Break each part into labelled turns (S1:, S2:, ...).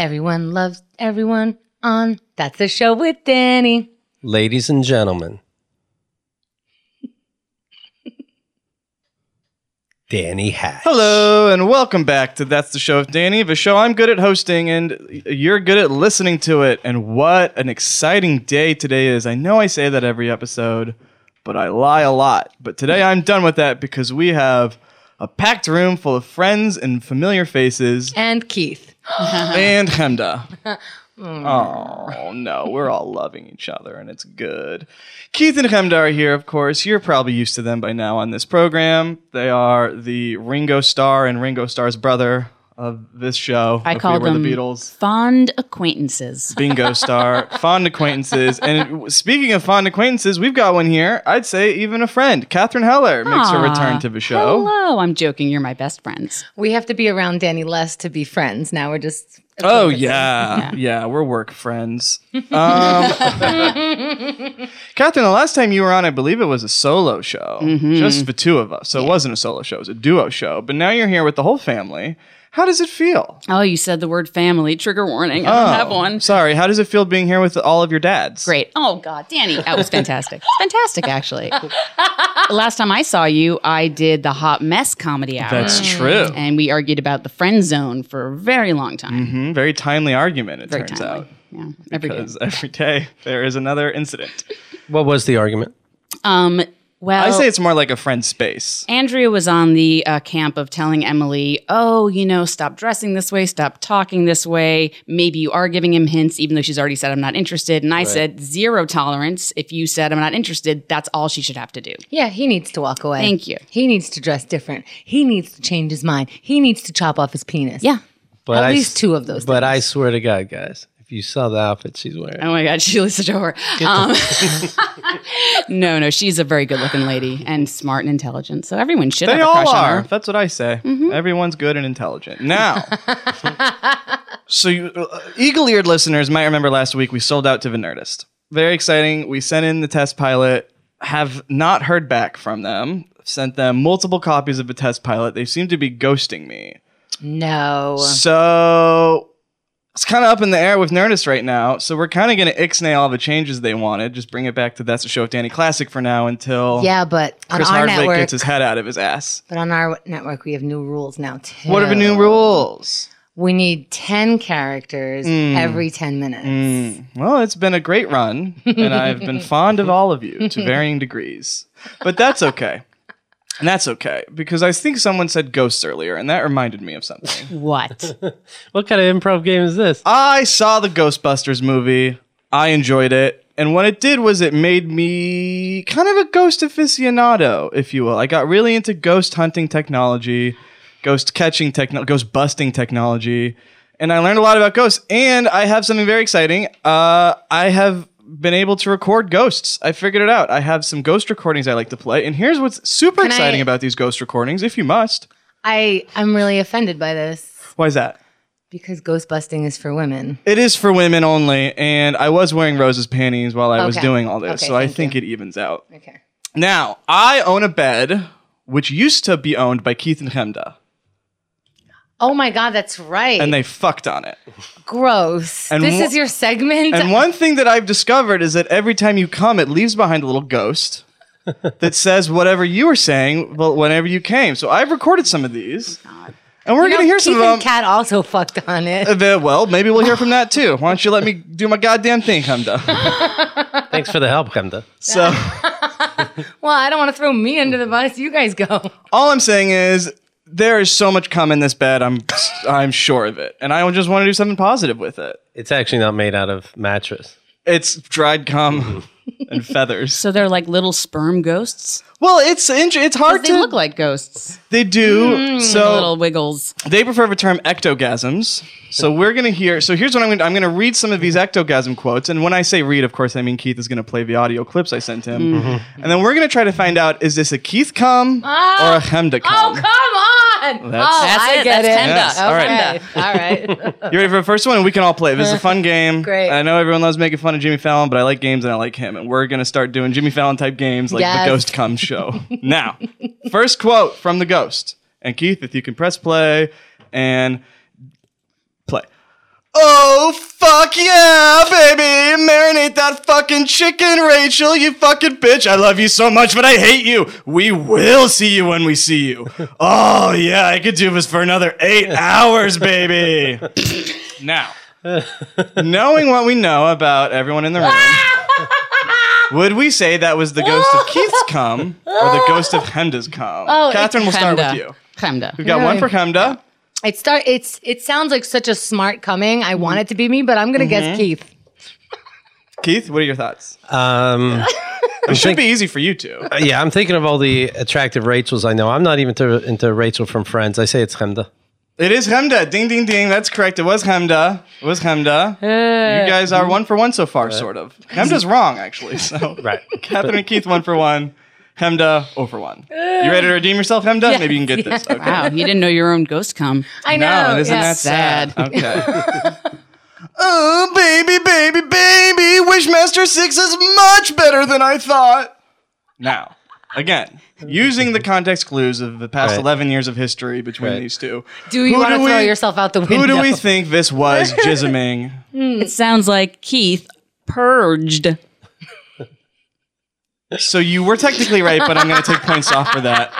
S1: Everyone loves everyone on That's the Show with Danny.
S2: Ladies and gentlemen, Danny Hatch.
S3: Hello and welcome back to That's the Show with Danny, the show I'm good at hosting and you're good at listening to it. And what an exciting day today is. I know I say that every episode, but I lie a lot. But today I'm done with that because we have a packed room full of friends and familiar faces
S1: And Keith.
S3: and Hemda.
S4: Mm.
S3: Oh no, we're all loving each other and it's good. Keith and Hemda are here, of course. You're probably used to them by now on this program. They are the Ringo Starr and Ringo Starr's brother of this show.
S4: I
S3: if we
S4: call
S3: were
S4: them
S3: the Beatles.
S4: fond acquaintances.
S3: Bingo Star, fond acquaintances. And speaking of fond acquaintances, we've got one here. I'd say even a friend. Catherine Heller makes her
S4: Aw,
S3: return to the show.
S4: Hello, I'm joking. You're my best friends.
S1: We have to be around Danny less to be friends. Now we're just.
S3: Oh yeah. yeah, we're work friends. Um, Catherine, the last time you were on, I believe it was a solo show,
S4: Mm-hmm.
S3: just the two of us. So it wasn't a solo show; it was a duo show. But now you're here with the whole family. How does it feel?
S4: Oh, you said the word family. Trigger warning. I don't have
S3: Oh.
S4: one.
S3: Sorry, how does it feel being here with all of your dads?
S4: Great. Oh God, Danny, that was fantastic. fantastic, actually. Last time I saw you, I did the hot mess comedy hour,
S3: that's true.
S4: and we argued about the friend zone for a very long time.
S3: Mhm, very timely argument. It
S4: Very
S3: turns
S4: timely.
S3: out
S4: Yeah, every day.
S3: because every day there is another incident.
S2: What was the argument?
S4: Um, well,
S3: I say it's more like a friend space.
S4: Andrea was on the uh, camp of telling Emily, oh, you know, stop dressing this way, stop talking this way. Maybe you are giving him hints, even though she's already said, I'm not interested. And I said, zero tolerance. If you said, I'm not interested, that's all she should have to do.
S1: Yeah, he needs to walk away.
S4: Thank you.
S1: He needs to dress different. He needs to change his mind. He needs to chop off his penis.
S4: Yeah.
S2: But
S1: At
S2: I
S1: least
S2: s-
S1: two of those
S2: But I swear to God, guys, if you saw the outfit she's wearing,
S1: Um,
S4: Oh my God, Sheila's a door. Um, no, no, she's a very good looking lady and smart and intelligent. So everyone should
S3: They
S4: have a crush
S3: all
S4: on
S3: are.
S4: her.
S3: That's what I say.
S1: Mm-hmm.
S3: Everyone's good and intelligent. Now, so you, uh, eagle-eared listeners might remember last week we sold out to the Nerdist. Very exciting. We sent in the test pilot. Have not heard back from them. Sent them multiple copies of the test pilot. They seem to be ghosting me.
S1: No.
S3: So it's kind of up in the air with Nerdist right now. So we're kind of going to ixnay all the changes they wanted. Just bring it back to that's a show of Danny Classic for now until
S1: Yeah, but on
S3: Chris
S1: our
S3: Hardwick
S1: network,
S3: gets his head out of his ass.
S1: but on our network, we have new rules now too.
S3: What are the new rules?
S1: We need ten characters
S3: Mm.
S1: every ten minutes.
S3: Well, it's been a great run, and I've been fond of all of you to varying degrees. But that's okay. And that's okay, because I think someone said ghosts earlier, and that reminded me of something.
S4: What?
S2: what kind of improv game is this?
S3: I saw the Ghostbusters movie, I enjoyed it. And what it did was it made me kind of a ghost aficionado, if you will. I got really into ghost hunting technology, ghost catching technology, ghost busting technology, and I learned a lot about ghosts. And I have something very exciting. Uh, I have been able to record ghosts. I figured it out. I have some ghost recordings I like to play. And here's what's super
S1: Can I-
S3: exciting about these ghost recordings, if you must.
S1: I I'm really offended by this
S3: Why is that?
S1: because ghost busting is for women.
S3: It is for women only, and I was wearing Rose's panties while I was
S1: Okay.
S3: doing all this,
S1: Okay,
S3: so I
S1: thank
S3: think it evens out.
S1: Okay.
S3: Now, I own a bed which used to be owned by Keith and Hemda,
S1: Oh my god, that's right.
S3: and they fucked on it.
S1: Gross.
S3: And
S1: this
S3: wha-
S1: is your segment.
S3: And one thing that I've discovered is that every time you come, it leaves behind a little ghost that says whatever you were saying well, whenever you came. So I've recorded some of these, and
S1: Oh,
S3: we're
S1: You know,
S3: gonna hear some
S1: Keith
S3: of them.
S1: and Kat also fucked on it.
S3: Uh, well, maybe we'll hear from that too. Why don't you let me do my goddamn thing, Hemda?
S2: Thanks for the help, Kemda.
S3: So.
S1: Well, I don't want to throw me under the bus. You guys go.
S3: All I'm saying is there is so much cum in this bed. I'm I'm sure of it, and I just want to do something positive with it.
S2: It's actually not made out of mattress.
S3: It's dried cum and feathers.
S4: so they're like little sperm ghosts?
S3: Well, it's int- it's
S4: 'Cause
S3: hard
S4: They
S3: to
S4: look like ghosts.
S3: they do. so
S4: Little wiggles.
S3: they prefer the term ectogasms. So we're gonna hear. So here's what I'm gonna I'm gonna read some of these ectogasm quotes, and when I say read, of course, I mean Keith is gonna play the audio clips I sent him,
S4: Mm-hmm.
S3: and then we're gonna try to find out is this a Keith cum
S4: Ah!
S3: or a Hemda
S1: Oh,
S3: cum.
S1: come on.
S3: That's-
S1: oh,
S4: That's
S1: I
S4: it.
S1: get it.
S4: That's Yes.
S3: All
S1: Okay. All right.
S3: You ready for the first one? We can all play. This is a fun game.
S1: Great.
S3: I know everyone loves making fun of Jimmy Fallon, but I like games and I like him. And we're going to start doing Jimmy Fallon type games like
S1: Yes.
S3: the Ghost Comes show. now, first quote from the Ghost. And Keith, if you can press play and play. Oh fuck yeah, baby! Marinate that fucking chicken, Rachel, you fucking bitch. I love you so much, but I hate you. We will see you when we see you. Oh yeah, I could do this for another eight hours, baby. now, knowing what we know about everyone in the room, would we say that was the ghost of Keith's cum or the ghost of Hemda's cum?
S1: Oh, it's
S3: Catherine, we'll start with
S4: Chemda.
S3: you.
S4: Chemda.
S3: We've got one for Hemda.
S1: It start. It's it sounds like such a smart coming. I want it to be me, but I'm gonna
S3: Mm-hmm.
S1: guess Keith.
S3: Keith, what are your thoughts?
S2: Um,
S3: It should be easy for you two.
S2: yeah, I'm thinking of all the attractive Rachels I know. I'm not even to, into Rachel from Friends. I say it's Hemda.
S3: It is Hemda. Ding, ding, ding. That's correct. It was Hemda. It was Hemda. you guys are one for one so far, sort of. Hemda's wrong, actually. So
S2: Right.
S3: Catherine and Keith, one for one. Hemda, oh for one. You ready to redeem yourself, Hemda? Maybe you can get this. Okay.
S4: Wow, you didn't know your own ghost come.
S1: I know.
S3: No, isn't
S1: yeah.
S3: that sad?
S4: Sad.
S3: Okay. oh, baby, baby, baby. Wishmaster 6 is much better than I thought. Now, again, using the context clues of the past
S2: Right.
S3: 11 years of history between
S2: Right.
S3: these two.
S1: Do you
S3: Who
S1: want to
S3: do
S1: throw
S3: we-
S1: yourself out the window?
S3: Who do we think this was jisming?
S4: It sounds like Keith purged.
S3: So you were technically right, but I'm going to take points off for that.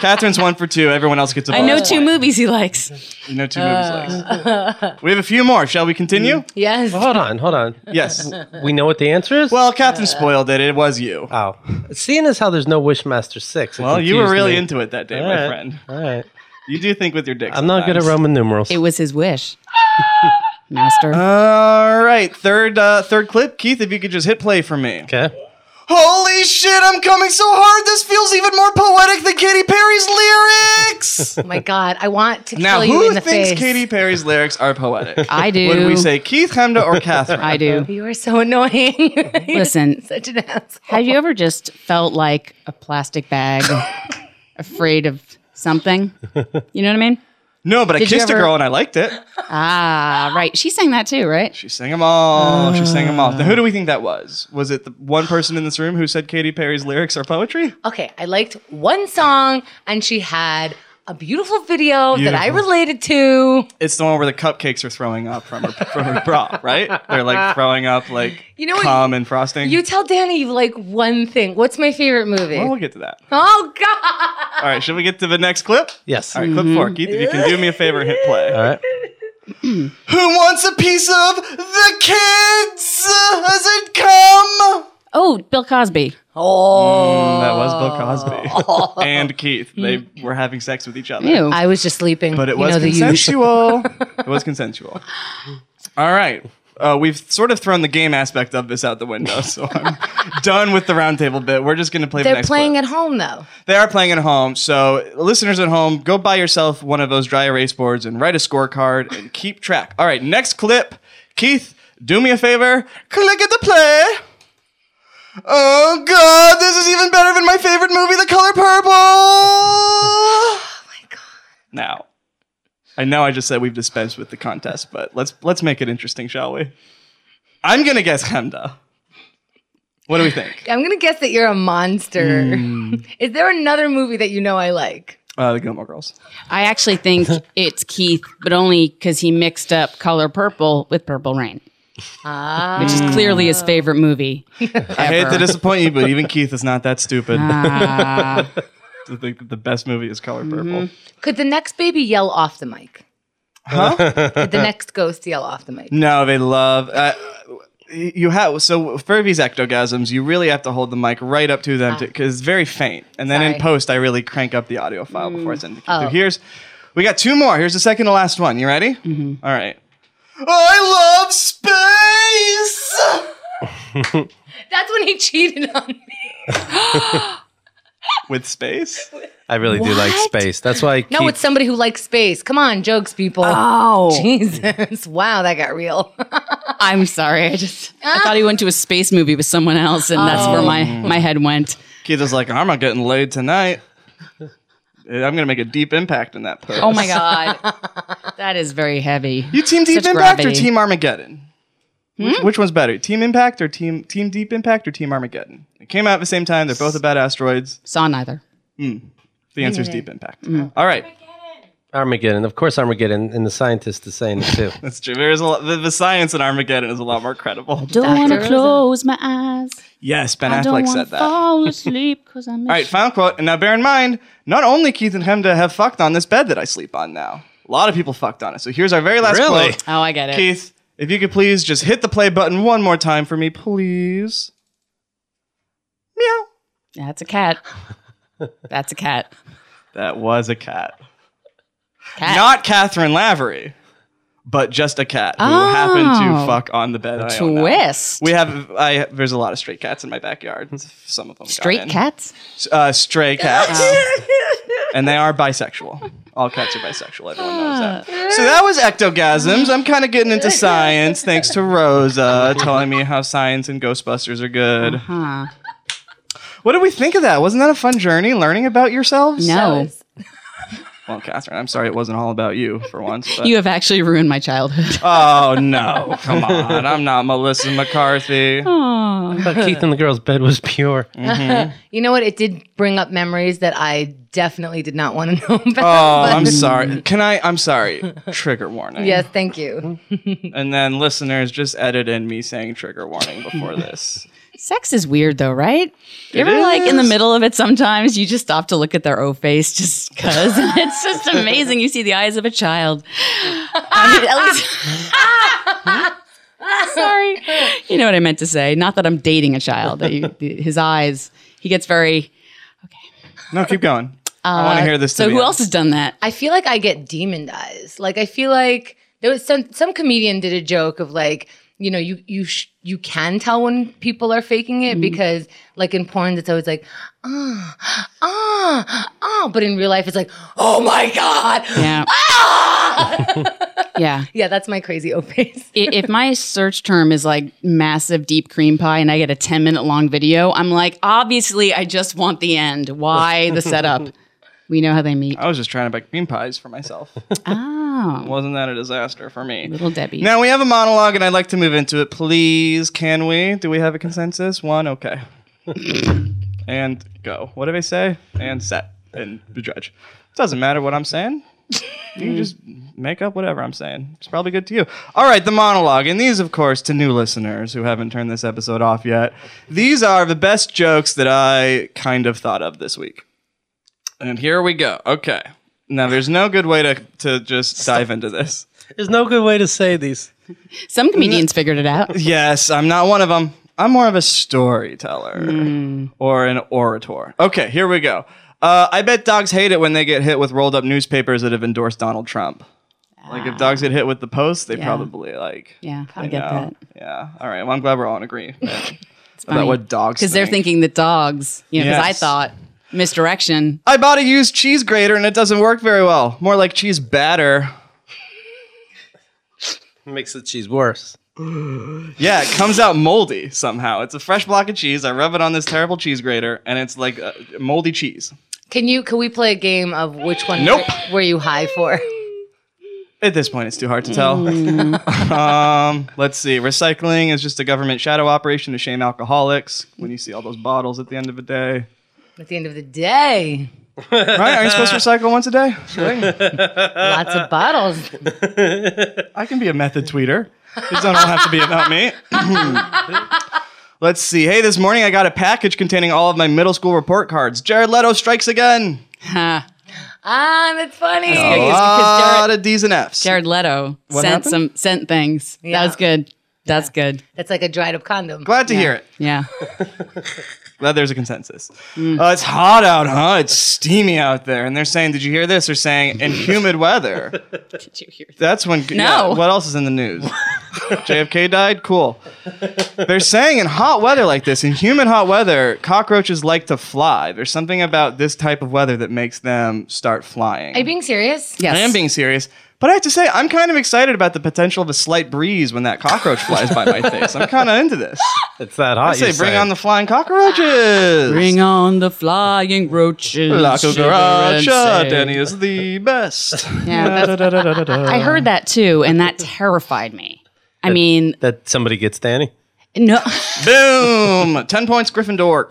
S3: Catherine's one for two. Everyone else gets a
S4: I know
S3: bonus
S4: two
S3: point.
S4: movies he likes.
S3: You know two movies likes. We have a few more. Shall we continue?
S1: Yes.
S2: Hold on, hold on.
S3: Yes.
S2: We know what the answer is?
S3: Well, Catherine spoiled it. It was you.
S2: oh. Seeing as how there's no Wishmaster 6. it
S3: Well, you were
S2: confused
S3: really
S2: me.
S3: into it that day,
S2: All
S3: my
S2: right,
S3: friend.
S2: All right.
S3: You do think with your dick.
S2: I'm not good at
S3: sometimes.
S2: Roman numerals.
S4: It was his wish. Master.
S3: All right, third uh, third clip, Keith. If you could just hit play for me.
S2: okay.
S3: Holy shit! I'm coming so hard. This feels even more poetic than Katy Perry's lyrics.
S1: Oh my God. I want to
S3: now,
S1: kill you
S3: who
S1: in the
S3: thinks
S1: face.
S3: Katy Perry's lyrics are poetic?
S4: I do.
S3: Would we say Keith Hemda or Catherine?
S4: I do.
S1: You are so annoying.
S4: Listen,
S1: Such an asshole.
S4: have you ever just felt like a plastic bag, afraid of something? You know what I mean?
S3: No, but I
S4: Did you
S3: kissed a
S4: ever-
S3: girl and I liked it.
S4: Ah, right. She sang that too, right?
S3: She sang them all. she sang them all. Now, who do we think that was? Was it the one person in this room who said Katy Perry's lyrics are poetry?
S1: Okay, I liked one song, and she had a beautiful video that I
S3: Beautiful.
S1: related to.
S3: It's the one where the cupcakes are throwing up from her from her bra, right? They're like throwing up like
S1: You know what?
S3: cum and frosting.
S1: You tell Danny you like one thing. What's my favorite movie?
S3: well, we'll get to that.
S1: oh God!
S3: All right, should we get to the next clip?
S2: Yes.
S3: All right, clip four, Keith. If you can do me a favor, hit play.
S2: All right.
S3: Who wants a piece of the kids? Has it come?
S4: Oh, Bill Cosby.
S1: Oh,
S3: That was Bill Cosby and Keith. They were having sex with each other.
S4: Ew.
S1: I was just sleeping.
S3: but it
S1: You
S3: was
S1: know, the usual.
S3: consensual. it was consensual. All right. Uh, we've sort of thrown the game aspect of this out the window, so I'm done with the roundtable bit. We're just going to play the
S1: They're
S3: next
S1: playing
S3: clip.
S1: at home though.
S3: They are playing at home, so listeners at home, go buy yourself one of those dry erase boards and write a scorecard and keep track. All right, next clip. Keith, do me a favor. Click at the play. Oh, God, this is even better than my favorite movie, The Color Purple. Now, I know I just said we've dispensed with the contest, but let's let's make it interesting, shall we? I'm gonna guess Hemda. What do we think?
S1: I'm gonna guess that you're a monster.
S3: Hmm.
S1: Is there another movie that you know I like?
S3: Uh, the Gilmore Girls.
S4: I actually think it's Keith, but only because he mixed up Color Purple with Purple Rain,
S1: Ah,
S4: which is clearly his favorite movie.
S3: I hate to disappoint you, but even Keith is not that stupid
S4: Ah,
S3: to think that the best movie is Color Purple.
S1: could the next baby yell off the mic? Huh? could the next ghost yell off the mic?
S3: No, they love. Uh, you have so for these ectogasms, you really have to hold the mic right up to them because it's very faint. And then in
S1: Sorry.
S3: post, I really crank up the audio file before it's in. The So here's we got two more. Here's the second to last one. You ready? All right. I love space
S1: That's when he cheated on me.
S3: with space.
S2: I really do like space. That's why I
S1: No,
S2: keep-
S1: it's somebody who likes space. Come on, jokes, people.
S3: Ah.
S4: oh,
S1: Jesus. Wow, that got real.
S4: I'm sorry. I just I thought he went to a space movie with someone else, and that's where my
S3: Oh.
S4: my head went.
S3: Keith is like, I'm not getting laid tonight. I'm gonna make a deep impact in that post.
S4: Oh my god, that is very heavy.
S3: You team Deep
S4: Such
S3: Impact or
S4: gravity. Hmm?
S3: Team Armageddon? Which, which one's better, Team Impact or Team Team Deep Impact or Team Armageddon? It came out at the same time. They're both about asteroids.
S4: Saw neither. Mm-hmm.
S3: The answer is Deep Impact. All right.
S2: Armageddon. Of course, Armageddon, and the scientist is saying it too.
S3: That's true. There's a lot, the, the science in Armageddon is a lot more credible.
S4: Don't want
S1: Rosa.
S4: to close my eyes.
S3: Yes, Ben
S4: I don't
S3: Affleck
S4: want to
S3: said that.
S4: fall asleep because I'm.
S3: All right, final quote. And now bear in mind, not only Keith and Hemda have fucked on this bed that I sleep on now. A lot of people fucked on it. So here's our very last
S2: Really?
S3: quote.
S4: Oh, I get it.
S3: Keith, if you could please just hit the play button one more time for me, please. Meow.
S4: That's a cat. That's a cat.
S3: That was a cat.
S4: Cat.
S3: Not Catherine Lavery, but just a cat who happened to
S4: Oh.
S3: fuck on the bed. I own now.
S4: Twist.
S3: We have I there's a lot of stray cats in my backyard. Some of them got
S4: Straight
S3: in.
S4: cats.
S3: uh, stray cats, and they are bisexual. All cats are bisexual. Everyone knows that. So that was ectogasms. I'm kind of getting into science thanks to Rosa telling me how science and Ghostbusters are good.
S4: Huh.
S3: What did we think of that? Wasn't that a fun journey learning about yourselves?
S4: No.
S1: Jealous.
S3: Well, Catherine, I'm sorry it wasn't all about you for once. But
S4: You have actually ruined my childhood.
S3: oh no, come on! I'm not Melissa McCarthy.
S4: Oh.
S2: But Keith and the girl's bed was pure.
S1: You know what? It did bring up memories that I definitely did not want to know about.
S3: Oh,
S1: but-
S3: I'm sorry. Can I? I'm sorry. Trigger warning.
S1: Yes, thank you.
S3: And then listeners, just edit in me saying trigger warning before this.
S4: Sex is weird though, right? You ever like in the
S3: is.
S4: middle of it sometimes you just stop to look at their O face just cuz it's just amazing you see the eyes of a child. I mean, at least- Sorry. You know what I meant to say. Not that I'm dating a child. that you- his eyes, he gets very uh,
S3: No, keep going. I want to hear this. to
S4: So
S3: the
S4: who
S3: end.
S4: else has done that?
S1: I feel like I get demonized. Like I feel like there was some some comedian did a joke of like, you know, you you sh- you can tell when people are faking
S3: Mm-hmm.
S1: it because like in porn it's always like, ah, ah, ah, but in real life it's like, oh my god. ah!"
S4: Yeah. yeah.
S1: Yeah, that's my crazy O face.
S4: I- if my search term is like massive deep cream pie and I get a 10 minute long video, I'm like, obviously, I just want the end. Why the setup? We know how they meet.
S3: I was just trying to bake bean pies for myself.
S4: Oh,
S3: Wasn't that a disaster for me?
S4: little Debbie.
S3: Now we have a monologue, and I'd like to move into it. Please, can we? Do we have a consensus? One, okay. and go. What did I say? And set. And the judge. Doesn't matter what I'm saying. You can just make up whatever I'm saying. It's probably good to you. All right, the monologue. And these, of course, to new listeners who haven't turned this episode off yet, these are the best jokes that I kind of thought of this week. And here we go. Okay. Now, there's no good way to, to just dive into this.
S2: There's no good way to say these.
S4: Some comedians figured it out.
S3: Yes, I'm not one of them. I'm more of a storyteller
S4: Hmm.
S3: or an orator. Okay, here we go. Uh, I bet dogs hate it when they get hit with rolled up newspapers that have endorsed Donald Trump. Like if dogs get hit with the post, they
S4: Yeah.
S3: probably like.
S4: Yeah, I
S3: you
S4: get
S3: know,
S4: that.
S3: Yeah. All right. Well, I'm glad we're all in agreement about
S4: funny.
S3: what dogs.
S4: Because they're
S3: think.
S4: thinking that dogs, you know, because I
S3: Yes.
S4: thought misdirection.
S3: I bought a used cheese grater and it doesn't work very well. More like cheese batter.
S2: Makes the cheese worse.
S3: Yeah, it comes out moldy somehow. It's a fresh block of cheese. I rub it on this terrible cheese grater, and it's like uh, moldy cheese.
S1: Can you can we play a game of which one
S3: Nope.
S1: were, were you high for?
S3: At this point, it's too hard to tell.
S4: Mm.
S3: um, let's see. Recycling is just a government shadow operation to shame alcoholics when you see all those bottles at the end of the day.
S1: At the end of the day,
S3: Right? Aren't you supposed to recycle once a day? Uh,
S1: lots of bottles.
S3: I can be a method tweeter. This don't all have to be about me. let's see. Hey, this morning I got a package containing all of my middle school report cards. Jared Leto strikes again.
S4: Huh.
S1: Ah, that's funny.
S3: A lot of D's and F's.
S4: Jared Leto sent
S3: happened?
S4: some sent things.
S1: Yeah.
S4: That was good. That's good.
S1: That's like a dried up condom.
S3: Glad to hear it.
S4: Yeah.
S3: Glad there's a consensus.
S4: Mm.
S3: Uh, it's hot out, huh? It's steamy out there. And they're saying, Did you hear this? They're saying, In humid weather.
S4: Did you hear
S3: That's when. yeah, what else is in the news? JFK died? Cool. They're saying in hot weather like this, in humid hot weather, cockroaches like to fly. There's something about this type of weather that makes them start flying.
S1: Are you being serious?
S4: Yes.
S3: I am being serious. But I have to say, I'm kind of excited about the potential of a slight breeze when that cockroach flies by my face. I'm kind of into this.
S2: It's that hot.
S3: I say,
S2: you
S3: bring on the flying cockroaches.
S4: Bring on the flying roaches.
S3: La
S4: shiver and
S3: cucaracha,
S4: say.
S3: Danny is the best.
S4: Yeah, I heard that too, and that terrified me. I mean,
S2: that somebody gets Danny.
S4: no,
S3: Boom! Ten points, Gryffindor.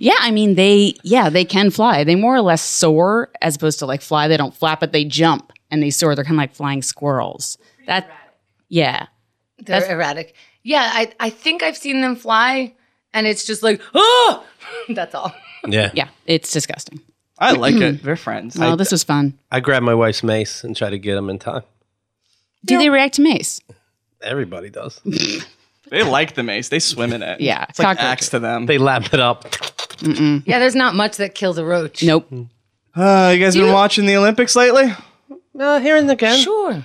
S4: Yeah, I mean they yeah, they can fly. They more or less soar as opposed to like fly. They don't flap, but they jump and they soar. They're kind of like flying squirrels. That yeah.
S1: They're erratic. Yeah, I, I think I've seen them fly, and it's just like, oh, that's all.
S2: Yeah.
S4: Yeah, it's disgusting.
S3: I like it. They're friends.
S4: Oh, this was fun.
S2: I grabbed my wife's mace and tried to get him in time.
S4: Do they react to mace?
S2: Everybody does.
S3: they like the mace. They swim in it.
S4: Yeah,
S3: It's like
S4: cockroaches.
S3: axe to them.
S2: they lap it up.
S1: Yeah, there's not much that kills a roach.
S4: Nope.
S3: Uh, you guys been watching the Olympics lately?
S2: Uh, here and again. Sure,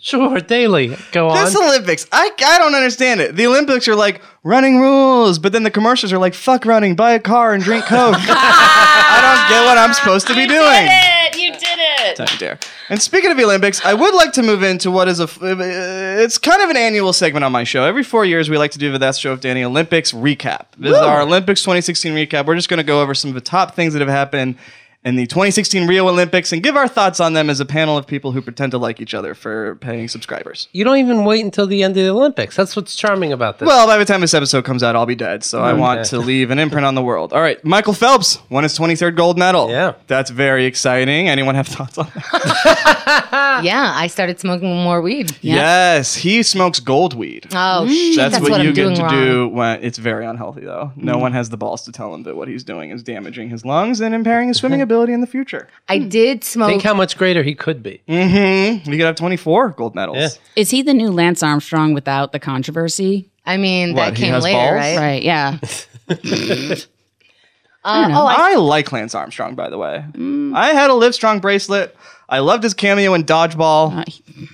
S1: Sure.
S2: daily. Go on.
S3: This Olympics, I, I don't understand it. The Olympics are like running rules, but then the commercials are like fuck running, buy a car and drink coke. I don't get what I'm supposed to be doing.
S4: You did it.
S3: Don't you dare. And speaking of the Olympics, I would like to move into what is a. f- uh, It's kind of an annual segment on my show. Every four years, we like to do the That's Show of Danny Olympics recap. This is our Olympics 2016 recap. We're just going to go over some of the top things that have happened in the 2016 Rio Olympics and give our thoughts on them as a panel of people who pretend to like each other for paying subscribers.
S2: you don't even wait until the end of the Olympics. That's what's charming about this.
S3: Well, by the time this episode comes out, I'll be dead. So
S2: Mm,
S3: I want to leave an imprint on the world. All right, Michael Phelps won his 23rd gold medal.
S2: Yeah.
S3: that's very exciting. Anyone have thoughts on that?
S1: Yeah, I started smoking more weed.
S3: Yes, he smokes gold weed.
S1: Oh, shit,
S3: That's,
S1: that's,
S3: what, you
S1: I'm
S3: get
S1: doing
S3: to
S1: wrong.
S3: do when it's very unhealthy, though. No
S2: Mm.
S3: one has the balls to tell him that what he's doing is damaging his lungs and impairing his swimming ability in the future.
S1: I did smoke.
S2: Think how much greater he could be.
S3: Mm-hmm. You could have 24 gold medals.
S2: Yeah.
S4: Is he the new Lance Armstrong without the controversy?
S1: I mean,
S3: What,
S1: that
S3: he
S1: came
S3: has
S1: later,
S3: balls?
S1: right?
S4: Right. Yeah.
S1: Uh, oh, I,
S3: I like Lance Armstrong, by the way.
S1: Mm.
S3: I had a Livestrong bracelet. I loved his cameo in Dodgeball.
S1: Uh,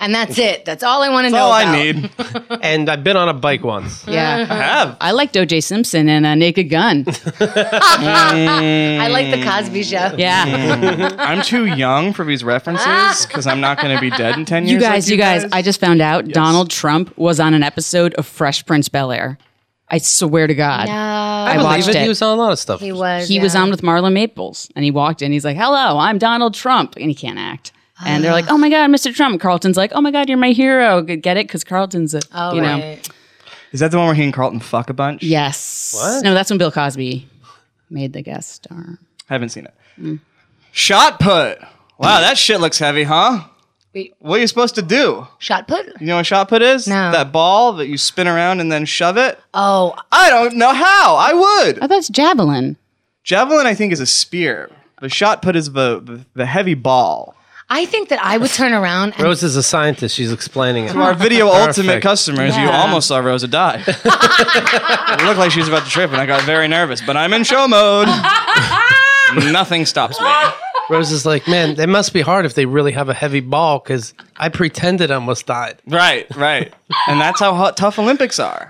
S1: and that's it. That's all I want to
S3: That's
S1: know.
S3: all
S1: about.
S3: I need.
S2: And I've been on a bike once.
S4: Yeah.
S3: have.
S4: I liked O.J. Simpson and uh, Naked Gun.
S1: I like the Cosby Show.
S4: Yeah.
S3: I'm too young for these references because I'm not going to be dead in 10 years.
S4: Ah. you
S3: like
S4: guys, you guys, I just found out Donald Trump was on an episode of Fresh Prince Bel Air. I swear to God.
S1: No,
S4: I watched
S2: David,
S4: it.
S2: he was on a lot of stuff.
S1: he was.
S4: he was
S1: yeah.
S4: on with Marla Maples and he walked in. He's like, hello, I'm Donald Trump. And he can't act. And they're
S1: Ah.
S4: like, oh my God, Mr. Trump. Carlton's like, oh my God, you're my hero. G- Get it? Because Carlton's a,
S1: Oh,
S4: you know.
S1: right.
S3: Is that the one where he and Carlton fuck a bunch?
S4: Yes.
S2: What?
S4: No, that's when Bill Cosby made the guest star.
S3: Haven't seen it.
S4: Mm.
S3: Shot put. Wow, that shit looks heavy, huh?
S1: Wait.
S3: What are you supposed to do?
S1: shot put.
S3: You know what shot put is?
S1: No.
S3: That ball that you spin around and then shove it?
S1: Oh,
S3: I don't know how. I would.
S4: Oh, that's Javelin.
S3: Javelin, I think, is a spear. The shot put is the, the, the heavy ball.
S1: I think that I would turn around and
S2: Rose is a scientist. She's explaining it.
S3: Our video
S2: Perfect.
S3: ultimate customers, you
S4: Yeah.
S3: almost saw Rosa die. it looked like she was about to trip, and I got very nervous, but I'm in show mode. Nothing stops me.
S2: Rose is like, man, it must be hard if they really have a heavy ball because I pretended I almost died.
S3: Right, right. And that's how hot, tough Olympics are.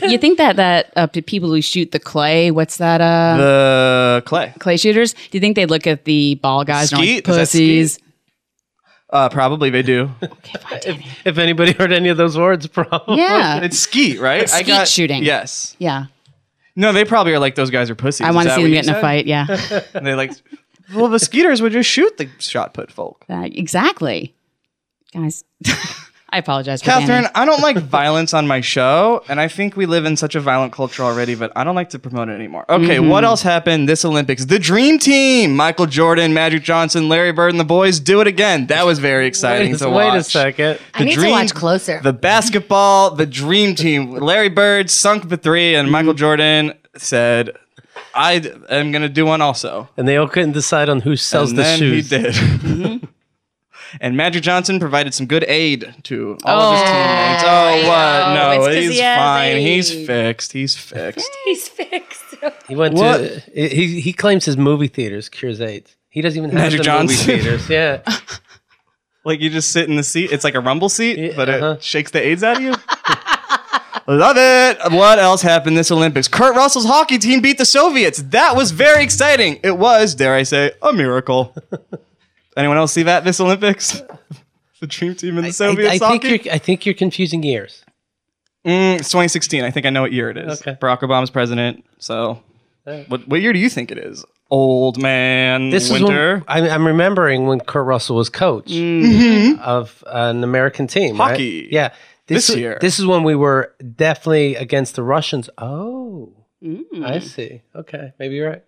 S4: you think that that uh, p- people who shoot the clay, what's that? Uh,
S3: The clay.
S4: clay shooters. Do you think they look at the ball guys and are
S3: Skeet? Is
S4: like
S3: that
S4: pussies?
S3: Uh, probably they do.
S2: If anybody heard any of those words, probably.
S4: Yeah,
S3: It's ski, right?
S4: Skeet shooting.
S3: Yes.
S4: yeah.
S3: No, they probably are like those guys are pussies.
S4: I
S3: Is
S4: want to
S3: that
S4: see
S3: what
S4: them
S3: you
S4: get in a
S3: said?
S4: fight. Yeah,
S3: And they like, well, the skeeters would just shoot the shot put folk.
S4: Uh, exactly, guys. I apologize, for
S3: Catherine,
S4: Danny.
S3: I don't like violence on my show, and I think we live in such a violent culture already, but I don't like to promote it anymore. Okay, Mm-hmm. what else happened this Olympics? The Dream Team: Michael Jordan, Magic Johnson, Larry Bird, and the boys do it again. That was very exciting
S2: Wait,
S3: to
S2: wait
S3: watch.
S2: a second.
S1: I need to watch closer.
S3: The basketball, the dream team. Larry Bird sunk the three, and Michael Jordan said, "I d- am going to do one also."
S2: And they all couldn't decide on who sells
S3: And
S2: the
S3: then
S2: shoes.
S3: he did. and Magic Johnson provided some good aid to all of his teammates. Oh, what? No, he's fine. He's fixed. He's fixed.
S1: He's fixed.
S2: He went
S3: What?
S2: to. He he claims his movie theaters cures AIDS. He doesn't even have
S3: Magic
S2: the
S3: Johnson.
S2: movie theaters. Yeah,
S3: like you just sit in the seat. It's like a rumble seat,
S2: Yeah,
S3: but
S2: uh-huh.
S3: it shakes the AIDS out of you. Love it. What else happened this Olympics? Kurt Russell's hockey team beat the Soviets. That was very exciting. It was, dare I say, a miracle. Anyone else see that this Olympics? the dream team and the
S2: I,
S3: Soviets
S2: I
S3: hockey?
S2: think you're. I think you're confusing years.
S3: Mm, it's 2016. I think I know what year it is.
S2: Okay.
S3: Barack Obama's president. So, what, what year do you think it is? Old man.
S2: This
S3: winter. Mm.
S2: is when, I, I'm remembering when Kurt Russell was coach of an American team. right?
S3: Hockey.
S2: Yeah.
S3: This year.
S2: This is when we were definitely against the Russians. Oh.
S3: Mm.
S2: I see. Okay, maybe you're right.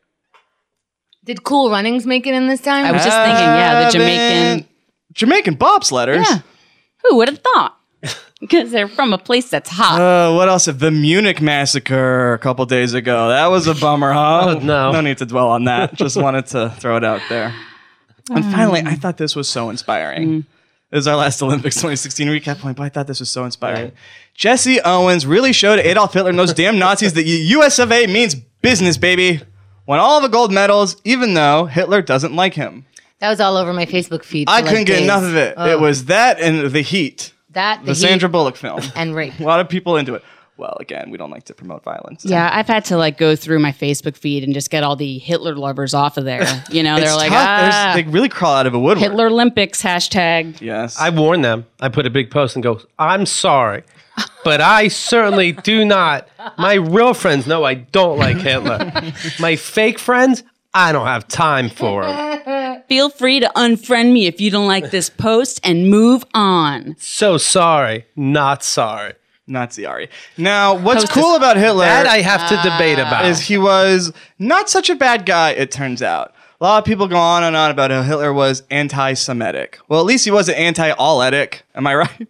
S1: Did Cool Runnings make it in this time?
S4: I was just thinking, yeah, the Jamaican.
S3: Jamaican bobsledders.
S4: Yeah. Who would have thought? Because they're from a place that's hot.
S3: Uh, what else? The Munich massacre a couple days ago. That was a bummer, huh?
S2: Oh, no.
S3: No need to dwell on that. Just wanted to throw it out there. And finally, I thought this was so inspiring. This is our last Olympics 2016 recap point, but I thought this was so inspiring. Jesse Owens really showed Adolf Hitler and those damn Nazis that US of A means business, baby. Won all the gold medals, even though Hitler doesn't like him.
S1: that was all over my Facebook feed. for,
S3: I
S1: like,
S3: couldn't get
S1: days.
S3: enough of it.
S1: Oh,
S3: It was that and the heat,
S1: that
S3: the Sandra Bullock film.
S1: and rape.
S3: A lot of people into it. Well, again, we don't like to promote violence.
S4: Yeah, I've had to like go through my Facebook feed and just get all the Hitler lovers off of there. You know,
S3: It's
S4: they're like,
S3: tough. There's-
S4: ah,
S3: they really crawl out of a woodwork.
S4: Hitler Olympics hashtag.
S3: Yes.
S2: I warn them. I put a big post and go, I'm sorry, but I certainly do not. My real friends know I don't like Hitler. My fake friends, I don't have time for them.
S4: Feel free to unfriend me if you don't like this post and move on.
S2: So sorry, not sorry.
S3: Nazi Ari. Now, what's cool about Hitler
S2: That I have to debate about.
S3: is he was not such a bad guy, it turns out. A lot of people go on and on about how Hitler was anti Semitic. Well, at least he wasn't anti Alletic. Am I right?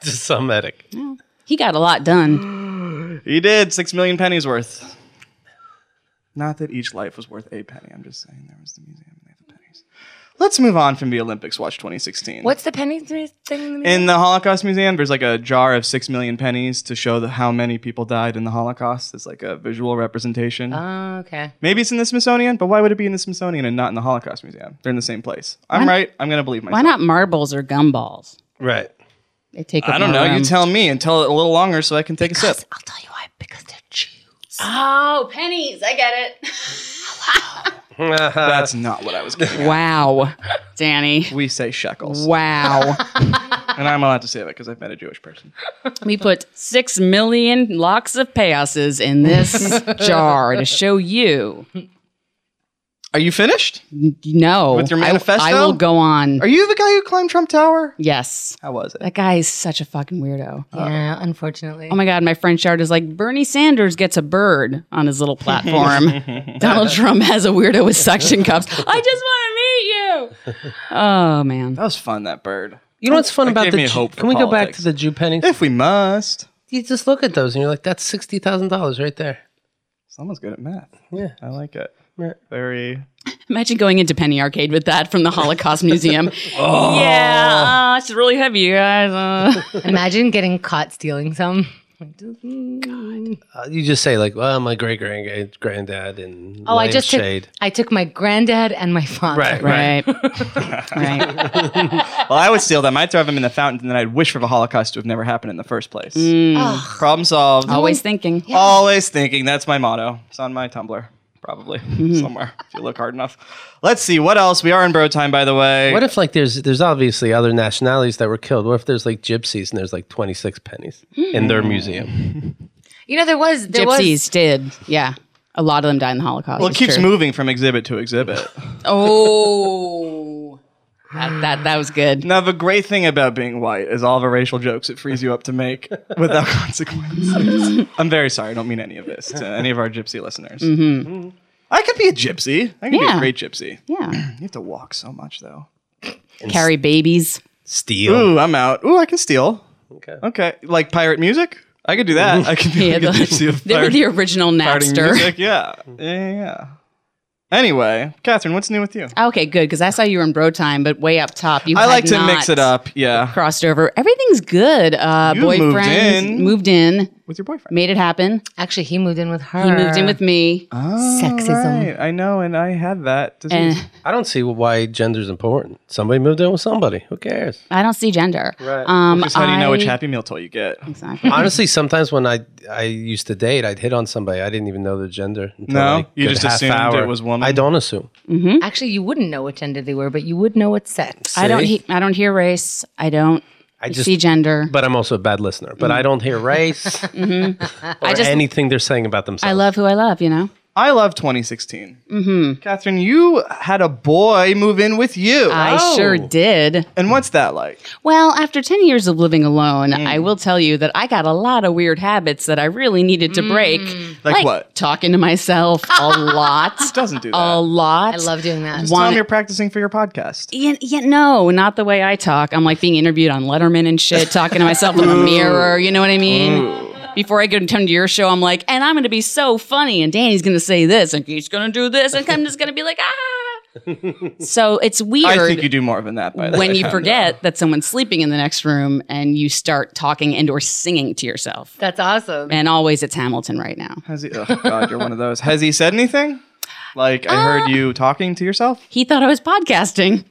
S2: Semitic.
S4: He got a lot done.
S3: He did six million pennies worth. Not that each life was worth a penny. I'm just saying there was the museum and they have the pennies. Let's move on from the Olympics Watch 2016.
S1: What's the penny th- thing in the middle?
S3: in the Holocaust Museum? There's like a jar of six million pennies to show the, how many people died in the Holocaust. It's like a visual representation.
S1: Oh, okay.
S3: Maybe it's in the Smithsonian, but why would it be in the Smithsonian and not in the Holocaust Museum? They're in the same place. I'm right. I'm gonna believe myself.
S4: Why not marbles or gumballs?
S2: Right.
S4: They take. up
S3: I don't
S4: more
S3: know. You
S4: room.
S3: tell me and tell it a little longer so I can take a sip.
S1: I'll tell you why. Because they're Jews.
S4: Oh, pennies! I get it.
S3: That's not what I was getting. at.
S4: Wow, Danny.
S3: We say shekels,
S4: Wow.
S3: and I'm allowed to say that because I've met a Jewish person.
S4: we put six million locks of payasses in this jar to show you.
S3: Are you finished?
S4: No,
S3: With your
S4: I-
S3: manifesto?
S4: I, will go on.
S3: Are you the guy who climbed Trump Tower?
S4: yes,
S3: How was it?
S4: that guy is such a fucking weirdo.
S3: Uh,
S1: Yeah, unfortunately.
S4: Oh my God, my friend Shard is like, Bernie Sanders gets a bird on his little platform. Donald Trump has a weirdo with suction cups. I just want to meet you. Oh, man.
S3: That was fun. That bird.
S2: You know what's fun
S3: That
S2: about
S3: gave
S2: the
S3: me
S2: Jew-
S3: hope for
S2: Can we go back
S3: politics.
S2: to the Jew pennies?
S3: If we must.
S2: You just look at those and you're like, that's sixty thousand dollars right there.
S3: Someone's good at math.
S2: Yeah.
S3: I like it.
S2: Right.
S3: Very.
S4: Imagine going into Penny Arcade with that from the Holocaust Museum.
S3: Oh.
S4: Yeah, uh, it's really heavy, you guys. Uh.
S1: Imagine getting caught stealing some.
S2: Uh, you just say like, well, my great grand granddad and
S1: Oh, I just took,
S2: shade.
S1: I took my granddad and my father.
S2: Right, right.
S4: Right. right.
S3: Well, I would steal them. I'd throw them in the fountain, and then I'd wish for the Holocaust to have never happened in the first place. Problem solved.
S4: Always thinking.
S3: Always thinking. That's my motto. It's on my Tumblr, probably
S2: Mm-hmm.
S3: somewhere if you look hard enough. Let's see what else. We are in bro time, by the way.
S2: What if like there's there's obviously other nationalities that were killed? What if there's like gypsies and there's like 26 pennies
S1: Hmm.
S2: in their museum?
S1: You know, there was there
S4: Gypsies
S1: was
S4: did. Yeah. A lot of them died in the Holocaust.
S3: well, it
S4: it's
S3: keeps
S4: true.
S3: moving from exhibit to exhibit.
S4: Oh. That, that, that was good.
S3: now, the great thing about being white is all the racial jokes it frees you up to make without consequences. I'm very sorry. I don't mean any of this to any of our gypsy listeners. I could be a gypsy. I could be a
S4: Mm-hmm. Yeah.
S3: great gypsy.
S4: Yeah.
S3: You have to walk so much, though.
S4: Carry babies.
S2: Steal.
S4: Oh.
S3: Ooh, I'm out. Ooh, I can steal.
S2: Okay.
S3: Okay, like pirate music. I could do that. I could be
S4: Yeah,
S3: like a
S4: the-
S3: gypsy of
S4: They were
S3: pirate-
S4: the original
S3: pirating
S4: Napster.
S3: music. Yeah. yeah, yeah, yeah. Anyway, Catherine, what's new with you?
S4: Okay, good because I saw you were in Bro Time, but way up top. You
S3: I
S4: had
S3: like to
S4: not
S3: mix it up. Yeah,
S4: Crossed over. Everything's good. Uh,
S3: You moved
S4: boyfriend
S3: in.
S4: moved in,
S3: with your boyfriend.
S4: made it happen.
S1: actually he moved in with her.
S4: He moved in with me,
S3: Oh,
S1: Sexism.
S3: right. I know, and I had that. disease.
S4: and
S2: I don't see why gender's important. Somebody moved in with somebody. Who cares?
S4: I don't see gender.
S2: Right.
S4: Um,
S3: Just how do you know which
S4: I-
S3: Happy Meal toy you get?
S4: Exactly.
S2: Honestly, sometimes when I I used to date, I'd hit on somebody. I didn't even know their gender. until,
S3: No?
S2: like,
S3: You
S2: good
S3: just
S2: half
S3: assumed
S2: hour.
S3: it was woman?
S2: I don't assume.
S3: Hmm?
S1: Actually, you wouldn't know what gender they were, but you would know what sex.
S4: I don't.
S2: See?
S4: He- I don't hear race. I don't
S2: I just.
S4: see gender.
S2: but I'm also a bad listener. But I don't hear race or
S4: I just.
S2: anything they're saying about themselves.
S4: I love who I love. You know.
S3: I love 2016. Mm-hmm. Catherine, you had a boy move in with you. Oh.
S4: I sure did.
S3: and what's that like?
S4: Well, after 10 years of living alone, I will tell you that I got a lot of weird habits that I really needed to break.
S3: Like what?
S4: Talking to myself a lot.
S3: Doesn't do that.
S4: A lot.
S1: I love doing that.
S3: Just tell
S4: want-
S3: them you're practicing for your podcast.
S4: yeah, yeah, no, not the way I talk. I'm like being interviewed on Letterman and shit, talking to myself in the mirror. You know what I mean? Before I go and turn to your show, I'm like, and I'm going to be so funny, and Danny's going to say this, and he's going to do this, and I'm just going to be like, ah. so it's weird
S3: I think you do more than that. By the
S4: when
S3: way.
S4: you forget that someone's sleeping in the next room and you start talking and or singing to yourself.
S1: That's awesome.
S4: And always it's Hamilton right now.
S3: Has he, oh God, you're one of those. Has he said anything? Like I heard you talking to yourself.
S4: He thought I was podcasting.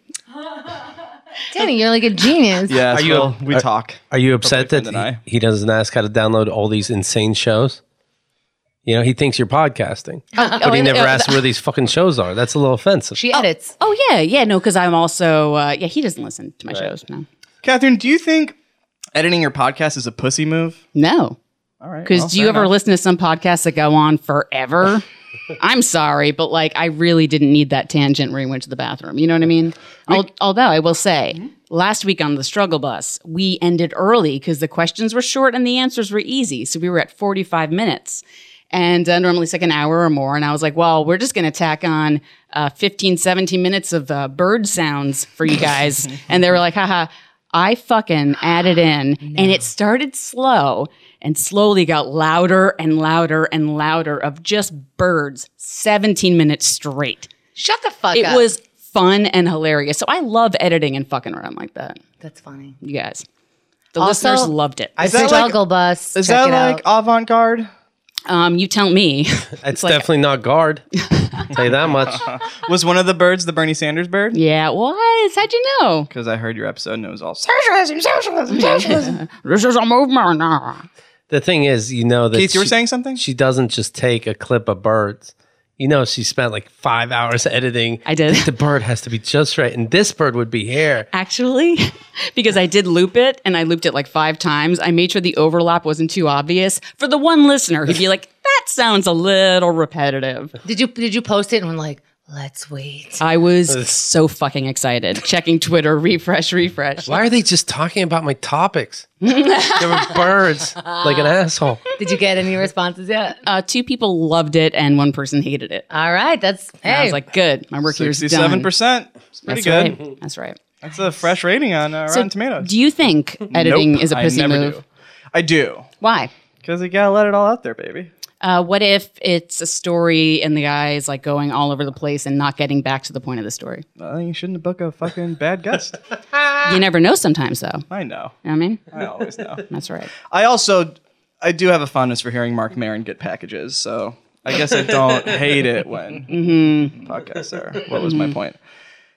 S1: Danny, you're like a genius.
S3: Yes,
S2: Are you-
S3: well, we
S2: are-
S3: talk.
S2: Are you upset that
S3: boyfriend and
S2: he, he doesn't ask how to download all these insane shows? You know, he thinks you're podcasting, but he
S4: and-
S2: never
S4: oh,
S2: asks where these fucking shows are. That's a little offensive.
S1: She edits.
S4: Oh yeah, yeah, no, because I'm also uh, yeah, he doesn't listen to my shows. No.
S3: Catherine, do you think editing your podcast is a pussy move?
S4: No.
S3: All right.
S4: Because
S3: well,
S4: do you
S3: fair
S4: ever
S3: enough.
S4: listen to some podcasts that go on forever? I'm sorry, but like I really didn't need that tangent where he went to the bathroom. You know what I mean? Al- Although I will say,
S3: Mm-hmm.
S4: last week on the struggle bus, we ended early because the questions were short and the answers were easy. So we were at 45 minutes. And uh, normally it's like an hour or more. And I was like, well, we're just going to tack on uh, 15, 17 minutes of uh, bird sounds for you guys. and they were like, haha. I fucking added in and it started slow and slowly got louder and louder and louder of just birds 17 minutes straight.
S1: Shut the fuck
S4: It
S1: up.
S4: was fun and hilarious. So I love editing and fucking around like that,
S1: That's funny.
S4: you guys. The
S1: Also-
S4: listeners loved it.
S2: I think
S1: Struggle bus.
S3: Is
S1: Check
S3: that
S1: it
S3: like
S1: out.
S3: avant garde?
S4: Um, you tell me.
S2: it's definitely not guard. tell you that much.
S3: Was one of the birds the Bernie Sanders bird?
S4: yeah, it was. How'd you know?
S3: Because I heard your episode and it was all.
S4: This is a movement.
S2: The thing is, you know that
S3: Keith, you were
S2: she-
S3: saying something?
S2: she doesn't just take a clip of birds. You know, she spent like five hours editing.
S4: I did.
S2: The bird has to be just right, and this bird would be here.
S4: actually because I did loop it and I looped it like five times. I made sure the overlap wasn't too obvious for the one listener who'd be like, that sounds a little repetitive.
S1: Did you did you post it and were like, let's wait?
S4: I was so fucking excited. Checking Twitter, refresh, refresh.
S2: Why are they just talking about my topics? there were birds, like an asshole.
S1: Did you get any responses yet?
S4: Uh, two people loved it and one person hated it.
S1: All right, that's hey.
S4: And I was like, good, my work here's done.
S3: Sixty-seven percent. It's pretty
S4: That's
S3: good.
S4: right. That's right.
S3: That's a fresh rating on uh, Rotten Tomatoes.
S4: Do you think editing
S3: Nope,
S4: is a
S3: I
S4: pussy
S3: never
S4: move?
S3: Do. I do.
S4: Why?
S3: Because you gotta let it all out there, baby.
S4: Uh, what if it's a story and the guy is like going all over the place and not getting back to the point of the story?
S3: Well, you shouldn't book a fucking bad guest.
S4: You never know sometimes, though. You
S3: I know.
S4: know what I mean?
S3: I always know.
S4: That's right.
S3: I also, I do have a fondness for hearing Mark Maron get packages, so I guess I don't hate it when
S4: Mm-hmm.
S3: podcasts are. What was my point?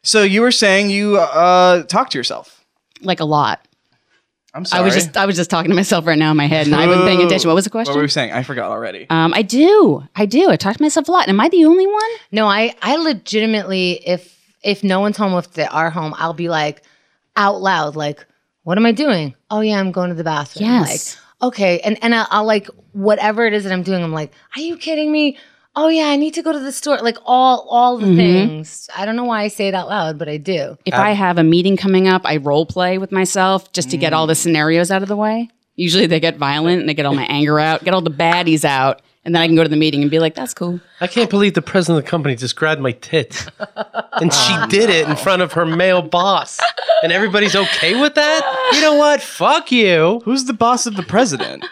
S3: So you were saying you uh, talk to yourself.
S4: Like a lot.
S3: I'm sorry.
S4: I was just I was just talking to myself right now in my head, and I wasn't paying
S3: Ooh.
S4: attention. What was the
S3: What
S4: question?
S3: were we saying? I forgot already.
S4: um, I do, I do. I talk to myself a lot. Am I the only one?
S1: No, I I legitimately if if no one's home, if they are home, I'll be like out loud, like, what am I doing? Oh yeah, I'm going to the bathroom.
S4: Yes.
S1: Like, okay, and and I'll, I'll like whatever it is that I'm doing, I'm like, are you kidding me? Oh yeah, I need to go to the store. Like all all the things. I don't know why I say it out loud, but I do.
S4: If
S3: Uh,
S4: I have a meeting coming up, I role play with myself just to get
S3: Mm.
S4: all the scenarios out of the way. Usually they get violent and they get all my anger out, get all the baddies out, and then I can go to the meeting and be like, "That's cool."
S2: I can't believe the president of the company just grabbed my tit. And she did it in front of her male boss. And everybody's okay with that? You know what? Fuck you.
S3: Who's the boss of the president?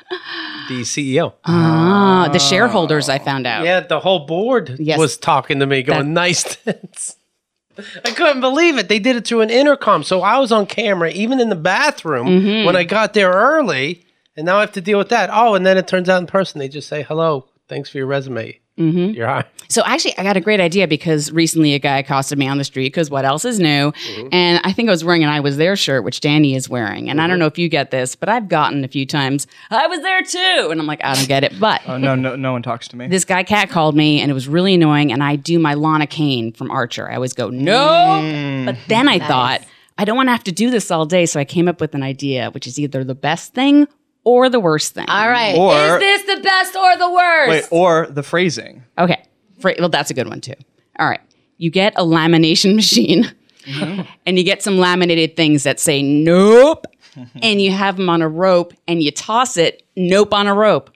S2: The E CEO.
S4: Ah, the shareholders. I found out.
S2: Yeah, the whole board
S4: Yes.
S2: was talking to me, going, nice tits. I couldn't believe it. They did it through an intercom. So I was on camera, even in the bathroom,
S4: Mm-hmm.
S2: when I got there early. And now I have to deal with that. Oh, and then it turns out in person, they just say, hello, thanks for your resume.
S4: Mm-hmm.
S2: You're high.
S4: So actually, I got a great idea because recently a guy accosted me on the street because what else is new? And I think I was wearing an I was there shirt, which Danny is wearing. And I don't know if you get this, but I've gotten a few times. I was there too, and I'm like, I don't get it. But
S3: Oh, no, no, no one talks to me.
S4: this guy cat called me, and it was really annoying. And I do my Lana Kane from Archer. I always go no, but then I thought I don't want to have to do this all day, so I came up with an idea, which is either the best thing or the worst thing.
S1: All right.
S3: Or-
S1: is this the best or the worst?
S3: Wait, or the phrasing.
S4: Okay. Fra- well, that's a good one too. All right. You get a lamination machine and you get some laminated things that say nope and you have them on a rope and you toss it nope on a rope.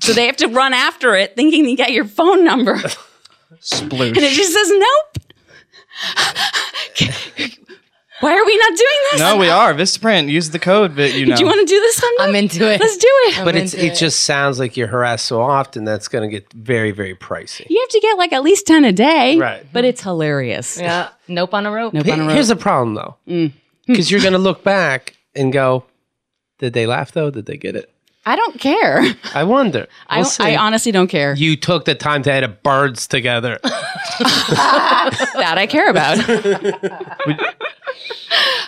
S4: So they have to run after it thinking they got your phone number and it just says nope. Why are we not doing this?
S3: No, we are. Vistaprint, use the code that you know.
S4: Do you want to do this one?
S1: I'm
S4: Mike?
S1: into it.
S4: Let's do it.
S2: But it's
S1: into
S2: it
S1: it.
S2: just sounds like you're harassed so often that's going to get very very pricey.
S4: you have to get like at least 10 a day.
S2: Right.
S4: But it's hilarious.
S1: Yeah. Nope on a rope.
S4: Nope on a
S2: Here-
S4: rope.
S2: Here's the problem
S4: Mm.
S2: though, because you're going to look back and go, "Did they laugh though? Did they get it?"
S4: I don't care.
S2: I wonder.
S4: I,
S2: We'll
S4: don't- I
S2: see.
S4: honestly don't care.
S2: you took the time to edit birds together.
S4: that I care about.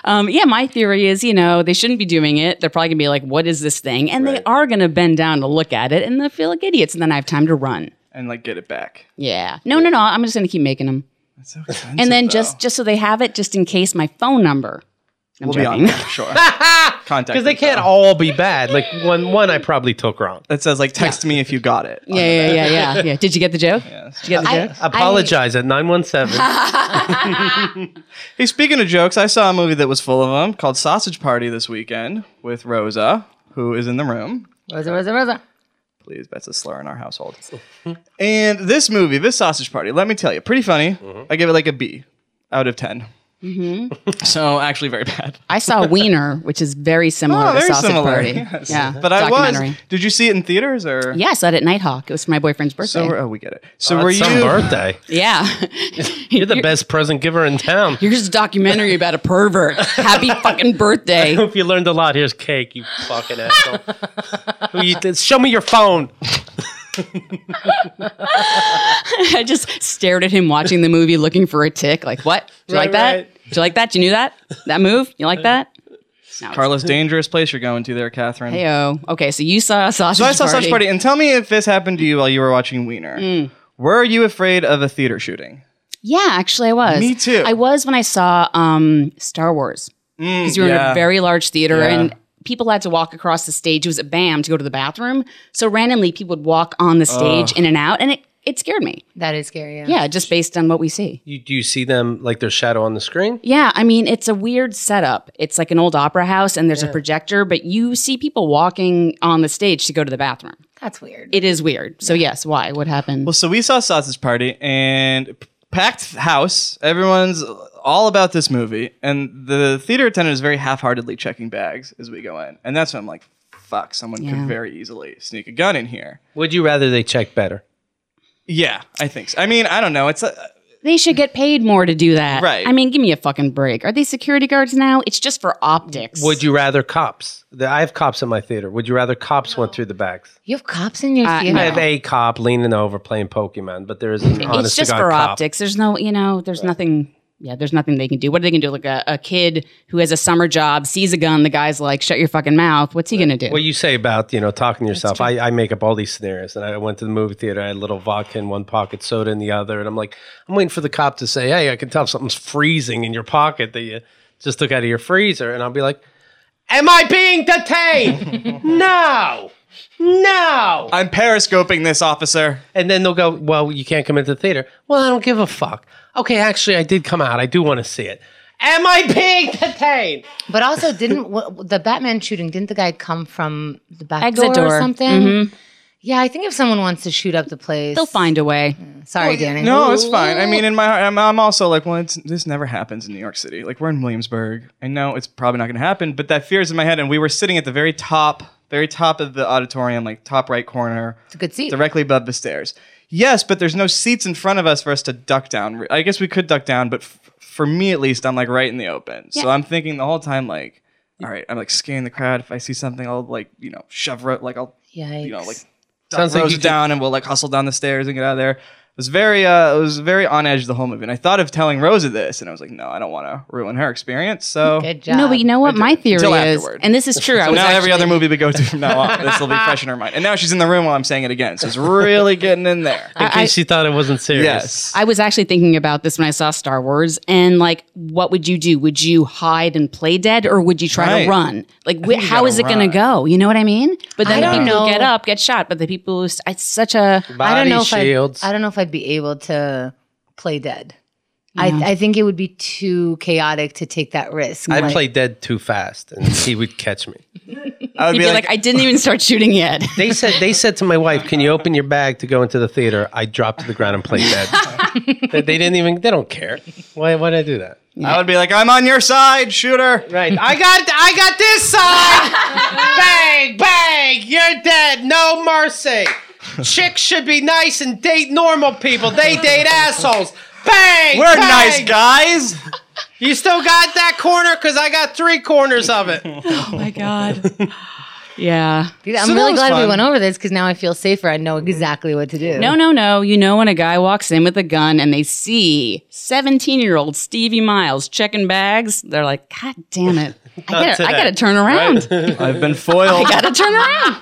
S4: um, yeah, my theory is, you know, they shouldn't be doing it. They're probably gonna be like, "What is this thing?" And they are gonna bend down to look at it, and they feel like idiots. And then I have time to run.
S3: and like get it back.
S4: Yeah. No, no, no. I'm just gonna keep making them,
S3: That's so expensive.
S4: and then
S3: though.
S4: just just so they have it, just in case my phone number. I'm
S3: we'll
S4: joking.
S3: be on that, sure. Contact
S2: Because they
S3: info.
S2: can't all be bad. Like one, one I probably took wrong.
S3: That says like text me if you got it.
S4: Yeah, yeah, yeah, yeah, yeah. Did you get the joke? Did you get the joke?
S2: Apologize at nine one seven.
S3: Hey, speaking of jokes, I saw a movie that was full of them called Sausage Party this weekend with Rosa, who is in the room.
S1: Rosa, Rosa, Rosa.
S3: Please, that's a slur in our household. and this movie, this Sausage Party, let me tell you, pretty funny. I give it like a B out of 10. so actually very bad.
S4: I saw Wiener, which is very similar
S3: Oh,
S4: to
S3: very
S4: Sausage
S3: similar,
S4: Party.
S3: yes.
S4: Yeah,
S3: But I was.
S4: documentary.
S3: Did you see it in theaters or?
S4: Yeah, I saw it at Nighthawk. It was for my boyfriend's birthday.
S3: So oh, we get it. So were
S2: It's
S3: you?
S2: some birthday.
S4: yeah,
S2: You're the best present giver in town.
S4: Here's a documentary about a pervert. Happy fucking birthday.
S2: If you learned a lot, here's cake. You fucking asshole. Who you did- show me your phone.
S4: I just stared at him watching the movie looking for a tick. Like, what? Do you
S2: Right,
S4: like that?
S2: right.
S4: Do you like that? Do you knew that? That move? You like that?
S3: Carlos, dangerous place you're going to there, Catherine.
S4: Hey, oh. Okay, so you saw Sausage
S3: So I saw
S4: Party.
S3: Sausage Party, and tell me if this happened to you while you were watching Wiener. Were you afraid of a theater shooting?
S4: Yeah, actually, I was.
S3: Me too. Mm,
S4: I was when I saw um, Star Wars. Because you were in
S3: yeah.
S4: a very large theater
S3: Yeah.
S4: and people had to walk across the stage. It was a BAM to go to the bathroom. So randomly, people would walk on the stage in and out, and it, it scared me.
S1: That is scary. Yeah.
S4: Yeah, just based on what we see.
S2: You, do you see them like their shadow on the screen?
S4: Yeah, I mean, it's a weird setup. It's like an old opera house and there's a projector, but you see people walking on the stage to go to the bathroom.
S1: That's weird.
S4: It is weird. So, yes, why? What happened?
S3: Well, so we saw Sausage Party and p- packed house. Everyone's all about this movie, and the theater attendant is very half-heartedly checking bags as we go in, and that's when I'm like, "Fuck, someone
S4: Yeah.
S3: could very easily sneak a gun in here."
S2: Would you rather they check better?
S3: Yeah, I think so. I mean, I don't know. It's a,
S4: they should get paid more to do that.
S3: Right.
S4: I mean, give me a fucking break. Are they security guards now? It's just for optics.
S2: Would you rather cops? The- I have cops in my theater. Would you rather cops went through the backs?
S1: You have cops in your
S4: Uh,
S1: theater.
S2: I have a cop leaning over playing Pokemon, but there is an
S4: It's
S2: honest
S4: just
S2: to God
S4: for
S2: cop.
S4: optics. There's no, you know, there's nothing. Yeah, there's nothing they can do. What are they going to do? Like a, a kid who has a summer job sees a gun, the guy's like, shut your fucking mouth. What's he going to do?
S2: What you say about you know talking to yourself? I, I make up all these scenarios, and I went to the movie theater. I had a little vodka in one pocket, soda in the other, and I'm like, I'm waiting for the cop to say, "Hey, I can tell something's freezing in your pocket that you just took out of your freezer," and I'll be like, "Am I being detained? no, no."
S3: I'm periscoping this officer.
S2: And then they'll go, "Well, you can't come into the theater." Well, I don't give a fuck. Okay, actually, I did come out. I do want to see it. Am I being detained?
S1: But also, didn't w- the Batman shooting? Didn't the guy come from the back
S4: Exit
S1: door,
S4: door. Mm-hmm.
S1: or something? Yeah, I think if someone wants to shoot up the place,
S4: They'll find a way.
S3: Mm.
S1: Sorry, Danny.
S3: No, it's fine. I mean, in my heart, I'm, I'm also like, well, it's, this never happens in New York City. Like, we're in Williamsburg. I know it's probably not going to happen, but that fear is in my head. And we were sitting at the very top, very top of the auditorium, like top right corner,
S1: it's a good seat.
S3: directly above the stairs. Yes, but there's no seats in front of us for us to duck down. I guess we could duck down, but f- for me at least, I'm like right in the open. So I'm thinking the whole time, like, all right, I'm like scanning the crowd. If I see something, I'll like, you know, shove, ro- like, I'll,
S1: Yikes.
S3: you know, like,
S2: Sounds
S3: throws
S2: you
S3: it
S2: did-
S3: down and we'll like hustle down the stairs and get out of there. It was very uh, it was very on edge the whole movie. And I thought of telling Rosa this, and I was like, no, I don't want to ruin her experience. So,
S1: good job.
S4: No, but you know what? My theory
S3: Until
S4: is,
S3: afterward.
S4: and this is true. I
S3: so
S4: was
S3: now every
S4: actually-
S3: other movie we go to from now on, this will be fresh in her mind. And now she's in the room while I'm saying it again, so it's really getting in there.
S2: In case you thought it wasn't serious.
S3: yes,
S4: I was actually thinking about this when I saw Star Wars and like, what would you do? Would you hide and play dead or would you try
S3: Right.
S4: to run? Like, wh- how
S3: gotta
S4: is it going to
S3: run.
S4: go? You know what I mean? But then
S1: I
S4: the
S1: don't
S4: people
S1: know.
S4: get up, get shot, but the people, who s- it's such a,
S2: Body
S1: I don't know
S2: shields.
S1: if I, I don't know if I'd be able to play dead. I, I think it would be too chaotic to take that risk.
S2: I'd
S1: Like-
S2: play dead too fast, and he would catch me.
S3: I would
S4: You'd be like, I didn't even start shooting yet.
S2: They said they said to my wife, "Can you open your bag to go into the theater?" I dropped to the ground and played dead. they, they didn't even. They don't care. Why? Why did I do that?
S3: I would be like, I'm on your side, shooter.
S2: Right. I got. I got this side. bang, bang. You're dead. No mercy. Chicks should be nice and date normal people. They date assholes. Bang.
S3: We're
S2: bang.
S3: nice guys.
S2: You still got that corner? Cause I got three corners of it.
S4: Oh my god. yeah.
S1: Dude, I'm
S3: So that
S1: really
S3: was
S1: glad we
S3: fun. Mm-hmm.
S1: went over this because now I feel safer. I know exactly what to do.
S4: No, no, no. You know when a guy walks in with a gun and they see 17-year-old Stevie Miles checking bags, they're like, God damn it. I gotta, I
S2: today,
S4: gotta turn around.
S3: I've been foiled.
S4: I gotta turn around.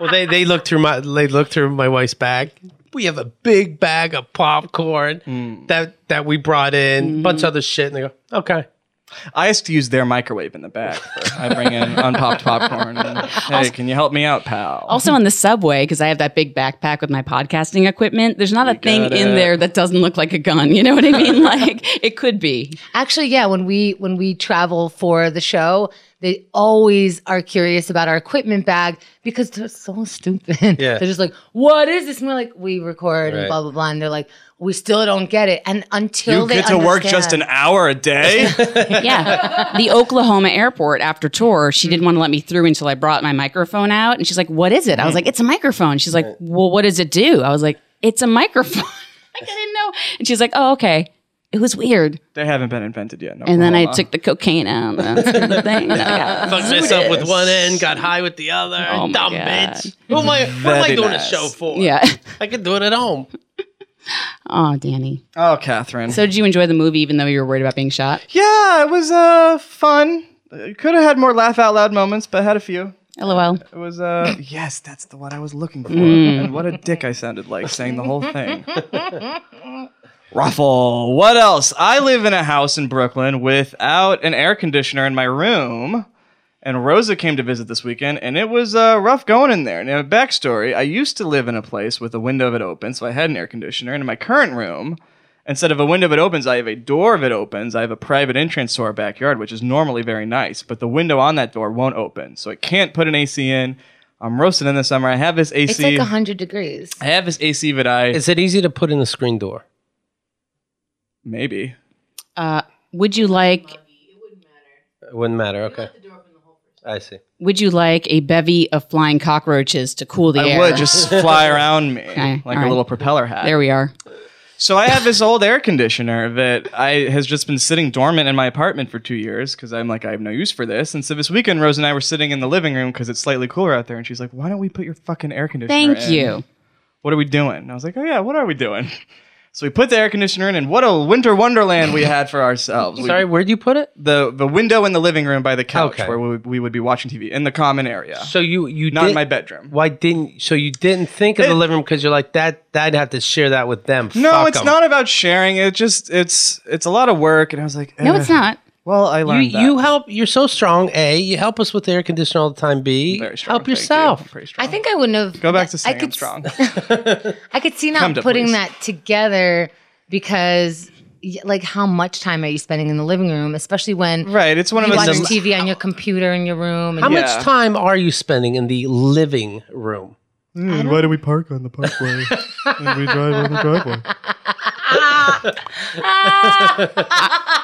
S2: Well, they they looked through my they looked through my wife's bag. We have a big bag of popcorn that that we brought
S4: Mm-hmm.
S2: in, bunch of other shit, and they go, okay.
S3: I used to use their microwave in the back. I bring in unpopped popcorn. And, hey, can you help me out, pal?
S4: Also on the subway, because I have that big backpack with my podcasting equipment, there's not a thing
S3: got
S4: in
S3: it.
S4: there that doesn't look like a gun. You know what I mean? Like it could be.
S1: Actually, yeah, when we when we travel for the show, they always are curious about our equipment bag because they're so stupid.
S2: Yeah.
S1: they're just like, "What is this?" And we're like, "We record and
S2: Right.
S1: blah blah blah," and they're like, "We still don't get it." And until
S3: you
S1: they
S3: get to work just
S1: understand-
S3: an hour a day.
S4: Yeah. The Oklahoma airport after tour, she didn't want to let me through until I brought my microphone out. And she's like, What is it? I was like, It's a microphone. She's like, Well, what does it do? I was like, It's a microphone. like, I didn't know. And she's like, Oh, okay. It was weird.
S3: they haven't been invented yet.
S4: And then I took the cocaine out. and That's the thing. And I got-
S2: Fucked myself with one end, got high with the other.
S4: Oh my
S2: Dumb
S4: God.
S2: bitch. Who am I, what am I
S3: Very
S2: doing
S3: nice.
S2: a show for?
S4: yeah.
S2: I could do it at home.
S4: Oh, Danny.
S3: Oh, Catherine.
S4: So did you enjoy the movie even though you were worried about being shot?
S3: yeah, it was uh, fun. Could have had more laugh out loud moments, but had a few.
S4: LOL.
S3: It was uh, yes, that's the one I was looking for.
S4: Mm.
S3: And what a dick I sounded like saying the whole thing. Ruffle. What else? I live in a house in Brooklyn without an air conditioner in my room. And Rosa came to visit this weekend, and it was uh, rough going in there. Now, backstory I used to live in a place with a window of it open, so I had an air conditioner. And in my current room, instead of a window that opens, I have a door that opens. I have a private entrance to our backyard, which is normally very nice, but the window on that door won't open, so I can't put an AC in. I'm roasting in the summer. I have this
S1: It's
S3: AC.
S1: like
S3: I
S1: hundred degrees.
S3: have this AC that I
S2: Is it easy to put in a screen door?
S3: maybe.
S4: Uh, would you like
S2: It wouldn't matter. Okay. I see.
S4: would you like a bevy of flying cockroaches to cool the
S3: I
S4: air?
S3: would just fly around me like
S4: alright.
S3: a little propeller hat.
S4: there we are.
S3: So I have this old air conditioner that I has just been sitting dormant in my apartment for two years because I'm like I have no use for this. And so this weekend, Rose and I were sitting in the living room because it's slightly cooler out there, and she's like, "Why don't we put your fucking air conditioner?"
S4: Thank
S3: in?
S4: you.
S3: What are we doing? And I was like, "Oh yeah, what are we doing?" So we put the air conditioner in, and what a winter wonderland we had for ourselves. We-
S2: Sorry, where'd you put it?
S3: the the window in the living room by the couch
S2: Okay.
S3: where we, we would be watching TV in the common area,
S2: So you you
S3: not in
S2: did-
S3: my bedroom.
S2: Why didn't so you didn't think of
S3: It-
S2: the living room because you're like that? I'd have to share that with them.
S3: No,
S2: Fuck
S3: it's
S2: 'em.
S3: not about sharing. It just it's it's a lot of work, and I was like,
S4: No,
S3: "Eh."
S4: it's not.
S3: Well, I
S2: You,
S3: learned that.
S2: you help. You're so strong. A. You help us with the air conditioner all the time. B.
S3: Very strong,
S2: help
S3: thank you.
S2: yourself.
S3: I'm pretty strong.
S1: I think I wouldn't have.
S3: Go back to
S1: I
S3: saying I
S1: could,
S3: am strong.
S1: I could see
S3: Come
S1: not
S3: to
S1: putting
S3: please.
S1: that together because, y- like, how much time are you spending in the living room, especially when
S3: right. It's one of
S1: you
S3: those
S1: watch
S3: things.
S1: TV on your computer in your room?
S2: How
S1: And
S3: Yeah.
S2: much time are you spending in the living room?
S5: why do we park on the parkway? and we drive on the driveway.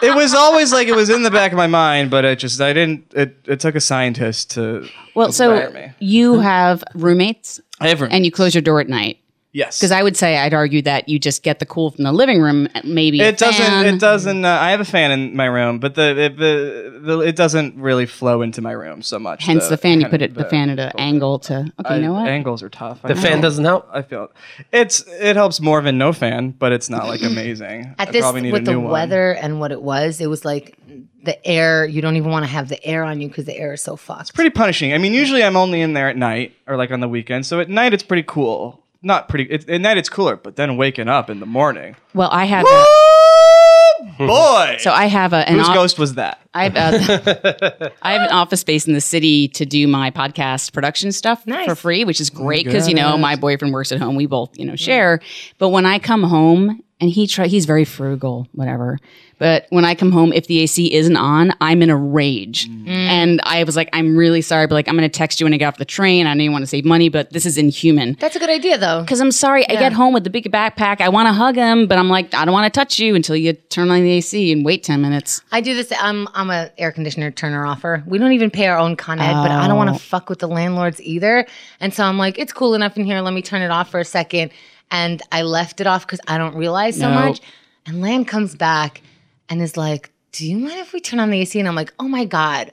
S3: It was always like it was in the back of my mind, but it just I didn't. It, it took a scientist to.
S4: Well,
S3: Inspire
S4: so
S3: me.
S4: you have roommates
S3: I have room.
S4: and you close your door at night.
S3: yes,
S4: Because I would say I'd argue that you just get the cool from the living room, maybe. a
S3: it doesn't.
S4: fan.
S3: It doesn't. Uh, I have a fan in my room, but the it, the, the it doesn't really flow into my room so much.
S4: Hence the, fan. You
S3: kind
S4: put
S3: of
S4: it the, fan at an angle to. Okay, you know what?
S3: Angles are tough.
S2: The fan doesn't help.
S3: I feel it. it's it helps more than no fan, but it's not like amazing. I
S1: At this,
S3: probably need
S1: with
S3: a
S1: the
S3: new one.
S1: weather and what it was, it was like the air. You don't even want to have the air on you because the air is so fucked. It's
S3: pretty punishing. I mean, usually I'm only in there at night or like on the weekend. So at night it's pretty cool. Not pretty. It, at night it's cooler, but then waking up in the morning.
S4: Well, I had that.
S3: boy.
S4: So I have a an
S3: Whose
S4: op-
S3: ghost was that?
S4: I have, uh, I have an office space in the city to do my podcast production stuff
S1: Nice.
S4: for free, which is great because you know my boyfriend works at home. We both you know share. But when I come home and he try, he's very frugal, whatever. But when I come home, if the AC isn't on, I'm in a rage. And I was like, I'm really sorry, but like I'm going to text you when I get off the train. I know you want to save money, but this is inhuman.
S1: That's a good idea, though.
S4: Because I'm sorry, I get home with the big backpack. I want to hug him, but I'm like, I don't want to touch you until you turn on the AC and wait 10 minutes.
S1: I do this. I'm I'm a air conditioner turner offer. We don't even pay our own con ed, but I don't want to fuck with the landlords either. And so I'm like, it's cool enough in here. Let me turn it off for a second. And I left it off because I don't realize so
S4: No.
S1: much. And Land comes back and is like, "Do you mind if we turn on the AC?" And I'm like, "Oh my god."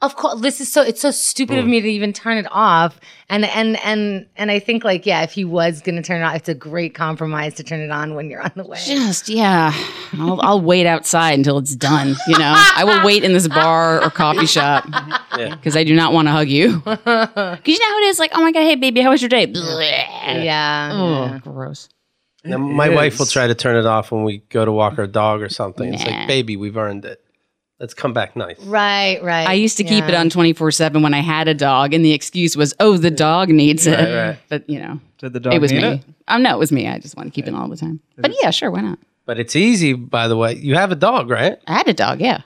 S1: Of course, this is so. It's so stupid of me to even turn it off. And and and and I think like yeah, if he was gonna turn it off, it's a great compromise to turn it on when you're on the way.
S4: Just, yeah. I'll, I'll wait outside until it's done. You know, I will wait in this bar or coffee shop because I do not want to hug you. Because you know how it is like, oh my God, hey, baby, how was your day? Blech.
S1: Yeah.
S4: Oh, gross.
S2: Now, my wife will
S3: is.
S2: try to turn it off when we go to walk our dog or something. It's
S4: Nah.
S2: like, baby, we've earned it. Let's come back nice.
S1: Right. Right.
S4: I used to keep it
S1: Yeah.
S4: on 24 7 when I had a dog, and the excuse was, oh, the dog needs it. But, you know,
S3: Did the dog
S4: it was
S3: need
S4: me.
S3: it?
S4: Oh, no, it was me. I just wanted to keep it all the time. But yeah, sure, why not?
S2: But it's easy, by the way. You have a dog, right?
S4: I had a dog, yeah.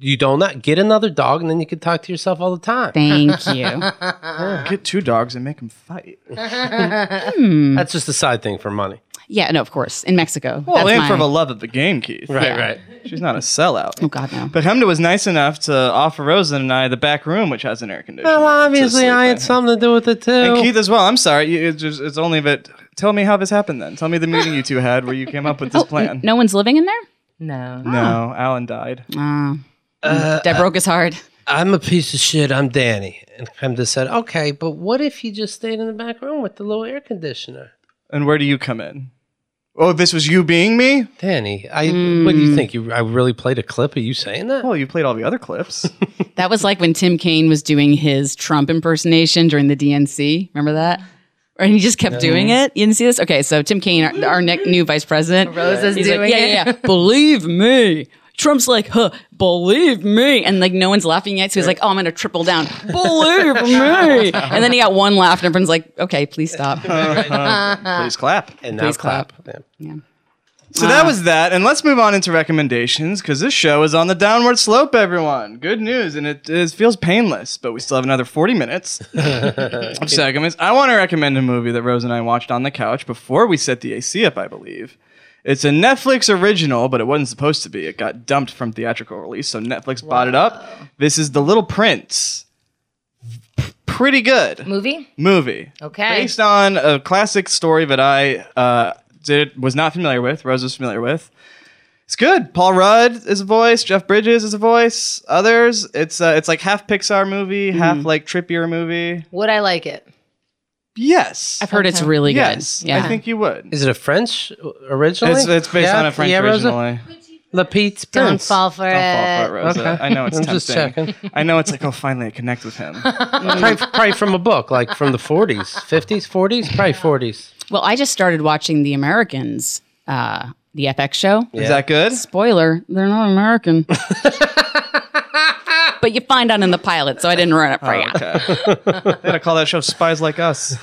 S2: You don't not get another dog, and then you can talk to yourself all the time.
S4: Thank you.
S3: Get two dogs and make them fight.
S2: That's just a side thing for money.
S4: Yeah, no, of course. In Mexico.
S3: Well,
S4: That's
S3: and
S4: my-
S3: for the love of the game, Keith.
S2: Right, right.
S3: She's not a sellout.
S4: Oh, God, no.
S3: But Hemda was nice enough to offer Rosen and I the back room, which has an air conditioner.
S2: Well, obviously,
S3: To sleep
S2: I
S3: in.
S2: had something to do with it too.
S3: And Keith as well. I'm sorry. You- It's, just, it's only that. Tell me how this happened then. Tell me the meeting you two had where you came up with this plan.
S4: No one's living in there?
S1: No.
S3: No, Alan died.
S4: Oh. that broke his heart.
S2: I'm a piece of shit. I'm Danny. And Pemda said, okay, but what if you just stayed in the back room with the little air conditioner?
S3: And where do you come in? Oh, this was you being me?
S2: Danny, I what do you think? You I really played a clip of you saying that?
S3: Hmm. Well, Oh, you played all the other clips.
S4: That was like when Tim Kaine was doing his Trump impersonation during the DNC. Remember that? And he just kept doing it. You didn't see this? Okay, so Tim Kaine, our, our ne- new vice president,
S1: Rose is
S4: he's
S1: doing
S4: like, yeah,
S1: it.
S4: yeah, yeah. believe me. Trump's like, huh, believe me. And like, no one's laughing yet. So he's like, oh, I'm going to triple down. Believe me. And then he got one laugh, and everyone's like, okay, please stop.
S3: Please clap.
S2: And
S4: Please clap.
S2: Yeah.
S3: So that was that, and let's move on into recommendations because this show is on the downward slope. Everyone, good news, and it, it feels painless, but we still have another forty minutes of segments. I want to recommend a movie that Rose and I watched on the couch before we set the AC up. I believe it's a Netflix original, but it wasn't supposed to be. It got dumped from theatrical release, so Netflix bought it up. This is The Little Prince. P- Pretty good
S1: Movie?
S3: movie.
S1: Okay.
S3: Based on a classic story that I uh, did was not familiar with. Rose was familiar with. It's good. Paul Rudd is a voice. Jeff Bridges is a voice. Others. It's uh, it's like half Pixar movie,
S4: Hmm.
S3: half like trippier movie.
S1: Would I like it?
S3: Yes.
S4: I've heard it's really good.
S3: yes.
S4: Yeah.
S3: I think you would.
S2: Is it a French originally?
S3: It's, it's based
S2: Yeah,
S3: on a French
S2: yeah, Rosa?
S3: originally.
S2: La Petite
S1: Don't
S2: Prince.
S1: fall for
S3: Don't fall
S1: it.
S3: for it, Rosa.
S2: Okay.
S3: I know it's
S2: I'm
S3: tempting.
S2: just checking.
S3: I know it's like, oh, finally, I connect with him.
S2: probably, probably from a book, like from the 40s, 50s, 40s, probably 40s.
S4: Well, I just started watching The Americans, uh, the FX show.
S3: Is that good?
S4: Spoiler, they're not American. but you find out in the pilot, so I didn't ruin it
S3: Oh,
S4: for you.
S3: They gotta call that show "Spies Like Us."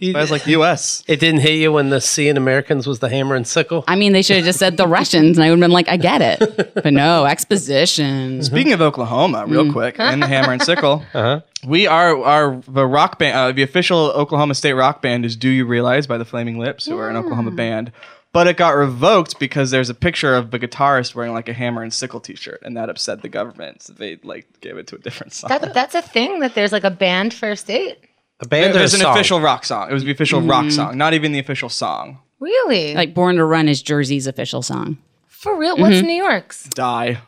S3: Spies Like U.S.
S2: It didn't hit you when the Sea and Americans was the hammer and sickle.
S4: I mean, they should have just said the Russians, and I would have been like, I get it. But no, exposition.
S3: Speaking of Oklahoma, real
S4: Mm.
S3: quick, and the hammer and sickle,
S2: Uh-huh.
S3: we are our the rock band, uh, the official Oklahoma State rock band is "Do You Realize" by the Flaming Lips, who are an Oklahoma band. But it got revoked because there's a picture of the guitarist wearing like a hammer and sickle T-shirt, and that upset the government. So they like gave it to a different song.
S1: That, that's a thing that there's like a band first date.
S2: A band or
S3: there's
S2: a
S3: an
S2: song?
S3: official rock song. It was the official
S4: Mm.
S3: rock song, not even the official song.
S1: Really?
S4: Like Born to Run is Jersey's official song.
S1: for real? What's
S4: mm-hmm.
S1: New York's?
S3: Die.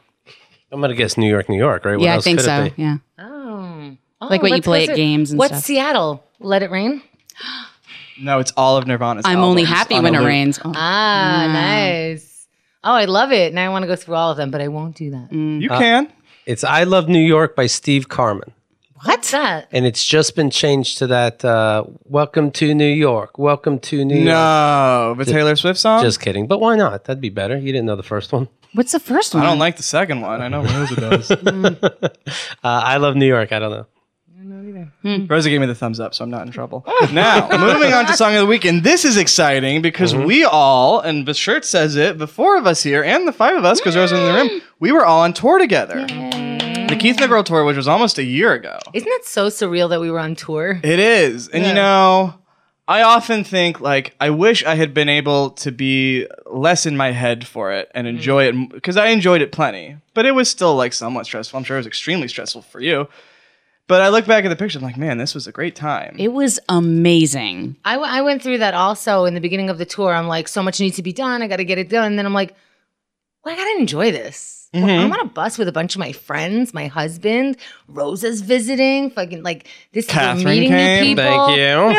S2: I'm going to guess New York, New York, right? What
S4: yeah, I
S2: else
S4: think
S2: could it
S4: so.
S2: be?
S4: Yeah.
S1: Oh. Oh,
S4: Like what you
S1: let's go
S4: play at
S1: to-
S4: games and
S1: What's
S4: stuff.
S1: Seattle? Let it rain.
S3: No, it's all of Nirvana's.
S4: I'm only
S3: albums
S4: happy
S3: on
S4: when
S3: a
S4: it
S3: loop.
S4: rains. Oh.
S1: Ah, nice. Oh, I love it. Now I
S4: Mm.
S2: Uh,
S1: want to go through all of them, but I won't do that.
S3: You can.
S2: It's I Love New York by Steve Carmen.
S1: What's that?
S2: and it's just been changed to that uh, "Welcome to New York." Welcome to New York.
S3: No, the Taylor Swift song.
S2: Just kidding. But why not? That'd be better. You didn't know the first one.
S4: What's the first one?
S3: I don't like the second one. I know Rosa does.
S2: Uh, I love New York. I don't know.
S3: Rosa gave me the thumbs up, so I'm not in trouble. now, moving on to song of the week, and this is exciting because we all, and the shirt says it, the four of us here, and the five of us, because Rosa in the room, we were all on tour together. The Keith Negro tour, which was almost a year ago.
S1: Isn't that so surreal that we were on tour?
S3: It is. And you know, I often think like I wish I had been able to be less in my head for it and enjoy it because I enjoyed it plenty. But it was still like somewhat stressful. I'm sure it was extremely stressful for you. But I look back at the picture, I'm like, man, this was a great time.
S4: It was amazing.
S1: I, w- I went through that also in the beginning of the tour. I'm like, so much needs to be done. I got to get it done. And then I'm like, well, I got to enjoy this. Well, I'm on a bus with a bunch of my friends, my husband, Rosa's visiting, fucking like this is
S3: Catherine
S1: we're meeting
S3: came.
S1: new people.
S2: Thank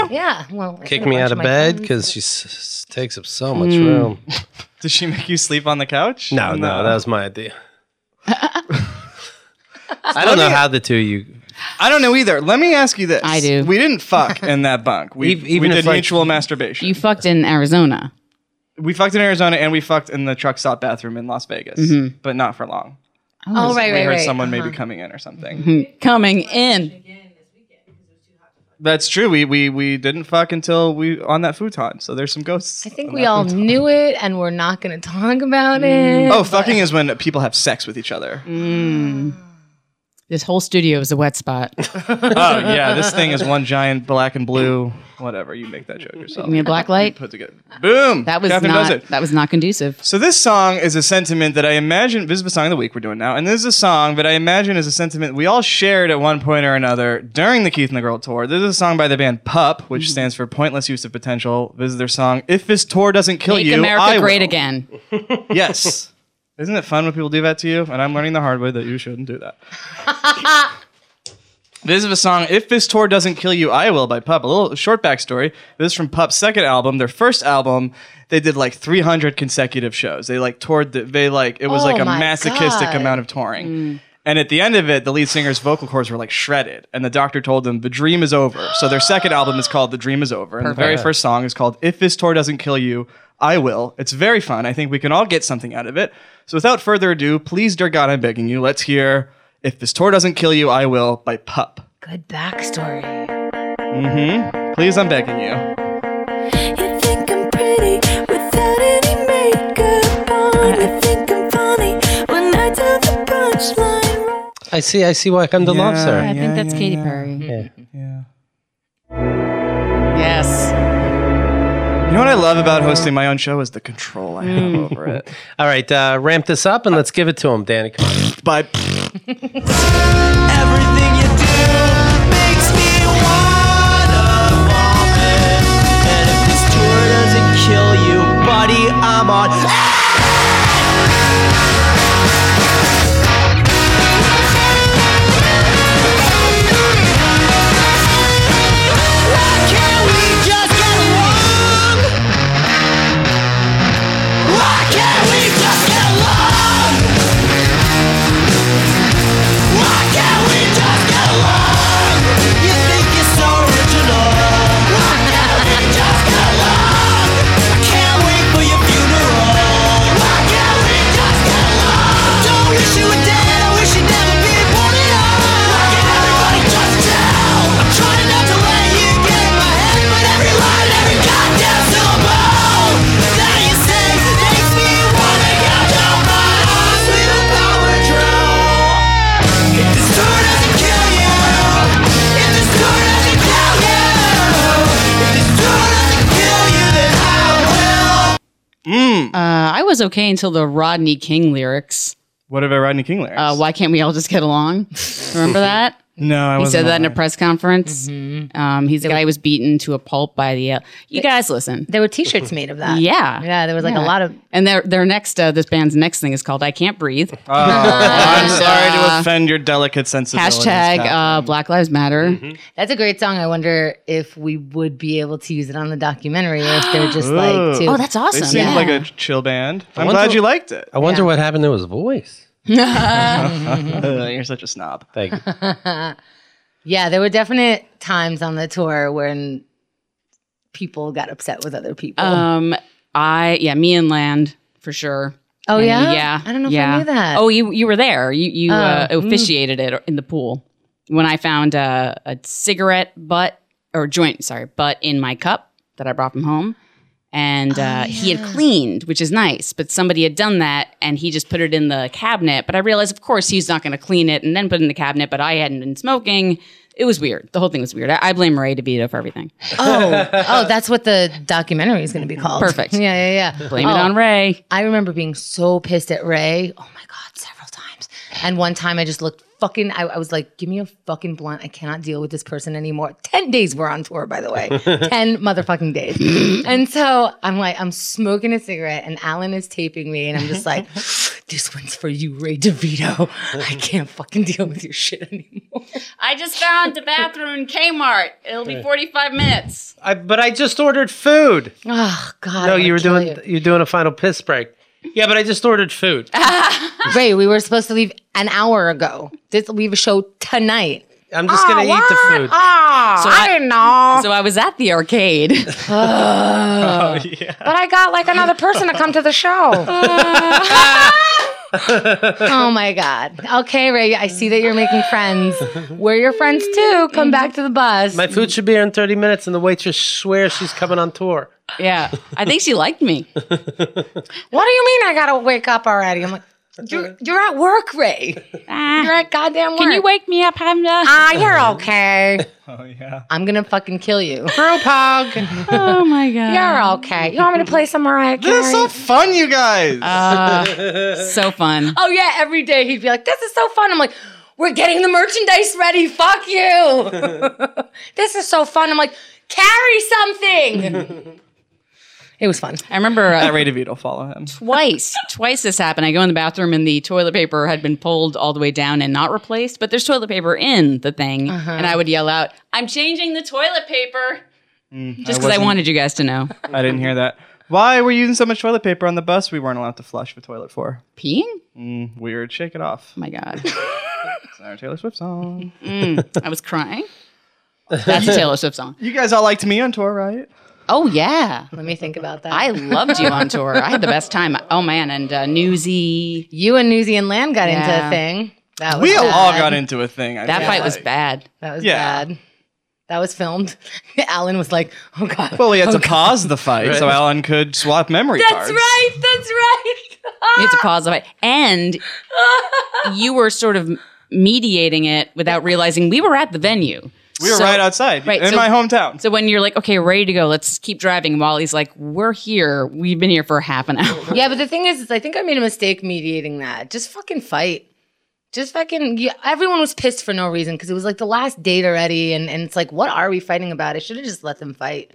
S2: you.
S1: Yeah. Well, I
S2: Kick
S1: said a
S2: me
S1: bunch
S2: out of
S1: my
S2: bed
S1: friends. Mm.
S2: because she s- s- takes up so much room.
S3: Did she make you sleep on the couch?
S2: No, no, that was my idea. I don't know how the two of you.
S3: I don't know either. Let me ask you this.
S4: I do.
S3: We didn't fuck in that bunk. We,
S2: Ev- even
S3: we
S2: if,
S3: did
S2: like,
S3: mutual masturbation.
S4: You fucked in Arizona.
S3: we fucked in Arizona and we fucked in the truck stop bathroom in Las Vegas,
S4: Mm-hmm.
S3: but not for long.
S1: Oh, right,
S3: we
S1: right,
S3: heard
S1: right.
S3: someone
S4: uh-huh.
S3: maybe coming in or something.
S4: Mm-hmm. Coming in.
S3: That's true. We we we didn't fuck until we on that futon. So there's some ghosts.
S1: I think
S3: on
S1: we
S3: that
S1: all
S3: futon.
S1: knew it and we're not going to talk about it.
S3: Oh, fucking is when people have sex with each other.
S4: Mm. This whole studio is a wet spot.
S3: oh yeah, this thing is one giant black and blue. Whatever, you make that joke yourself.
S4: You mean a black light?
S3: Put together. Boom.
S4: That was
S3: Catherine
S4: not.
S3: does it.
S4: That was not conducive.
S3: So this song is a sentiment that I imagine. This is the song of the week we're doing now, and this is a song that I imagine is a sentiment we all shared at one point or another during the Keith and the Girl tour. This is a song by the band Pup, which
S4: Hmm.
S3: stands for Pointless Use of Potential. This is their song. If this tour doesn't kill
S4: Make
S3: you,
S4: America
S3: I
S4: great
S3: will.
S4: again.
S3: Yes. Isn't it fun when people do that to you? And I'm learning the hard way that you shouldn't do that. this is a song, If This Tour Doesn't Kill You, I Will by Pup. A little short backstory. This is from Pup's second album, their first album. They did like 300 consecutive shows. They like toured, the, they like, it was
S1: Oh
S3: like a
S1: my
S3: masochistic
S1: God. Mm.
S3: amount of touring. And at the end of it, the lead singer's vocal cords were like shredded. And the doctor told them, The dream is over. So their second album is called The Dream is Over. And the very first song is called If This Tour Doesn't Kill You, I Will. It's very fun. I think we can all get something out of it. So without further ado, please, dear God, I'm begging you, let's hear If This Tour Doesn't Kill You, I Will by Pup.
S1: Good backstory.
S3: Mm-hmm. Please, I'm begging you.
S6: You think I'm pretty without any makeup on. You think I'm funny when I tell the punchline.
S2: I see. I see why I'm the love, sir.
S4: I think that's Katy Perry. Yes.
S3: You know what I love about hosting my own show is the control I have
S4: Mm.
S3: over it.
S2: All right, uh, ramp this up and let's give it to him, Danny. Come on.
S3: By
S7: Everything you do makes me wanna vomit. And if this tour doesn't kill you, buddy, I'm on. Why can't we just get along? Why can't we just get along? Why can't we just get along? You think you're so original. Why can't we just get along? I can't wait for your funeral. Why can't we just get along? Don't wish you were dead. I wish you'd never been born at all. Why can't everybody just tell? I'm trying not to let you get in my head, but every line, every goddamn syllable that you say makes me wanna get out my eyes with a power drill. If this tour doesn't kill you, if this tour doesn't kill you, if this tour doesn't kill you, then I will.
S4: Uh, I was okay until the Rodney King lyrics.
S3: what about Rodney King lyrics?
S4: Uh, why can't we all just get along? Remember that?
S3: no, I
S4: He
S3: wasn't
S4: said that in
S3: on
S4: a press conference. Um, he's the guy who was beaten to a pulp by the. Uh, you guys listen.
S1: There were t-shirts made of that.
S4: Yeah.
S1: Yeah, there was like a
S4: Yeah.
S1: lot of
S4: And their their next uh, this band's next thing is called I Can't
S3: Oh,
S4: Breathe.
S3: I'm sorry to offend your delicate sensibilities.
S4: Hashtag
S3: Kat.
S4: uh, Black Lives Matter.
S1: That's a great song. I wonder if we would be able to use it on the documentary or if they're just like too.
S4: Oh, that's
S3: they
S4: awesome.
S3: seem
S1: yeah.
S3: like a chill band. I'm
S2: wonder-
S3: glad you liked it.
S2: I wonder what happened to his voice.
S3: Ugh, you're such Uh-huh. a snob.
S2: Thank you.
S1: Yeah, there were definite times on the tour when people got upset with other people.
S4: Um, I yeah, me and Land for sure.
S1: oh
S4: And,
S1: yeah,
S4: yeah.
S1: I don't know if
S4: yeah.
S1: I knew that.
S4: Oh, you you were there. You you uh,
S1: Oh, mm.
S4: officiated it in the pool when I found uh, a cigarette butt or joint, sorry, butt in my cup that I brought from home. And
S1: Oh,
S4: uh, he had cleaned, which is nice, but somebody had done that and he just put it in the cabinet. But I realized, of course, he's not going to clean it and then put it in the cabinet, but I hadn't been smoking. It was weird. The whole thing was weird. I, I blame Ray DeVito for everything.
S1: oh, oh, that's what the documentary is going to be called.
S4: Perfect.
S1: Yeah, yeah, yeah.
S4: Blame
S1: Oh,
S4: it on Ray.
S1: I remember being so pissed at Ray. Oh my god, several times. And one time I just looked fucking. I, I was like, "Give me a fucking blunt. I cannot deal with this person anymore." Ten days we're on tour, by the way. Ten motherfucking days. and so I'm like, I'm smoking a cigarette, and Alan is taping me, and I'm just like, "This one's for you, Ray DeVito. I can't fucking deal with your shit anymore."
S4: I just found the bathroom in Kmart. It'll be 45 minutes.
S2: I, but I just ordered food.
S1: Oh God.
S2: No,
S1: I
S2: you were
S1: would kill
S2: doing you. are doing a final piss break. Yeah, but I just ordered food.
S1: Ray, we were supposed to leave an hour ago. This we have a show tonight.
S2: I'm just gonna eat the food.
S4: so I, didn't know. So I was at the arcade.
S1: But I got like another person to come to the show. oh my God. Okay, Ray, I see that you're making friends. We're your friends too. Come back to the bus.
S2: My food should be here in 30 minutes, and the waitress swears she's coming on tour.
S4: yeah. I think she liked me.
S1: what do you mean I gotta wake up already? I'm like, you're, you're at work, Ray. You're at goddamn work.
S4: Ah. Can you wake me up, Hamda?
S1: Ah, you're okay.
S3: Oh yeah.
S1: I'm gonna fucking kill you.
S2: Brewpug.
S4: Oh my god.
S1: You're okay. You want me to play some Mariah
S3: This is
S1: Carey?
S3: so fun, you guys.
S1: Uh,
S4: So fun.
S1: oh yeah, every day he'd be like, "This is so fun." I'm like, "We're getting the merchandise ready. Fuck you. this is so fun." I'm like, "Carry something." it was fun.
S4: I remember
S3: That
S4: uh,
S3: Ray DeVito follow him.
S4: twice, twice this happened. I go in the bathroom and the toilet paper had been pulled all the way down and not replaced, but there's toilet paper in the thing. And I would yell out, I'm changing the toilet paper. Just because Mm, I,
S3: wasn't-
S4: wanted you guys to know.
S3: I didn't hear that. Why were you using so much toilet paper on the bus? We weren't allowed to flush the toilet for.
S4: Peeing? Oh
S3: Weird. Shake it off.
S4: my God.
S3: It's our Taylor Swift song.
S4: Mm. I was crying. That's a Taylor Swift song.
S3: You guys all liked me on tour, right?
S4: Oh, yeah.
S1: Let me think about that.
S4: I loved you on tour. I had the best time. Oh man, and uh, Newsy.
S1: you and Newsy and Land got into
S4: Yeah.
S1: a thing. That was
S3: We
S1: bad.
S3: all got into a thing. I
S4: That
S3: feel
S4: fight was
S3: like.
S4: bad.
S1: That was
S3: Yeah.
S1: bad. That was filmed. Alan was like, "Oh God."
S3: Well, we had to pause the fight so Alan could swap memory cards.
S1: That's right.
S4: You had to pause the fight, and you were sort of mediating it without realizing we were at the venue.
S3: We were
S4: So-
S3: right outside
S4: right,
S3: in
S4: so-
S3: my hometown.
S4: So when you're like, okay, ready to go, let's keep driving. While he's like, we're here. We've been here for half an hour.
S1: Yeah, but the thing is, is I think I made a mistake mediating that. Just fucking fight. Just fucking. Yeah, everyone was pissed for no reason because it was like the last date already, and, and it's like, what are we fighting about? I should have just let them fight.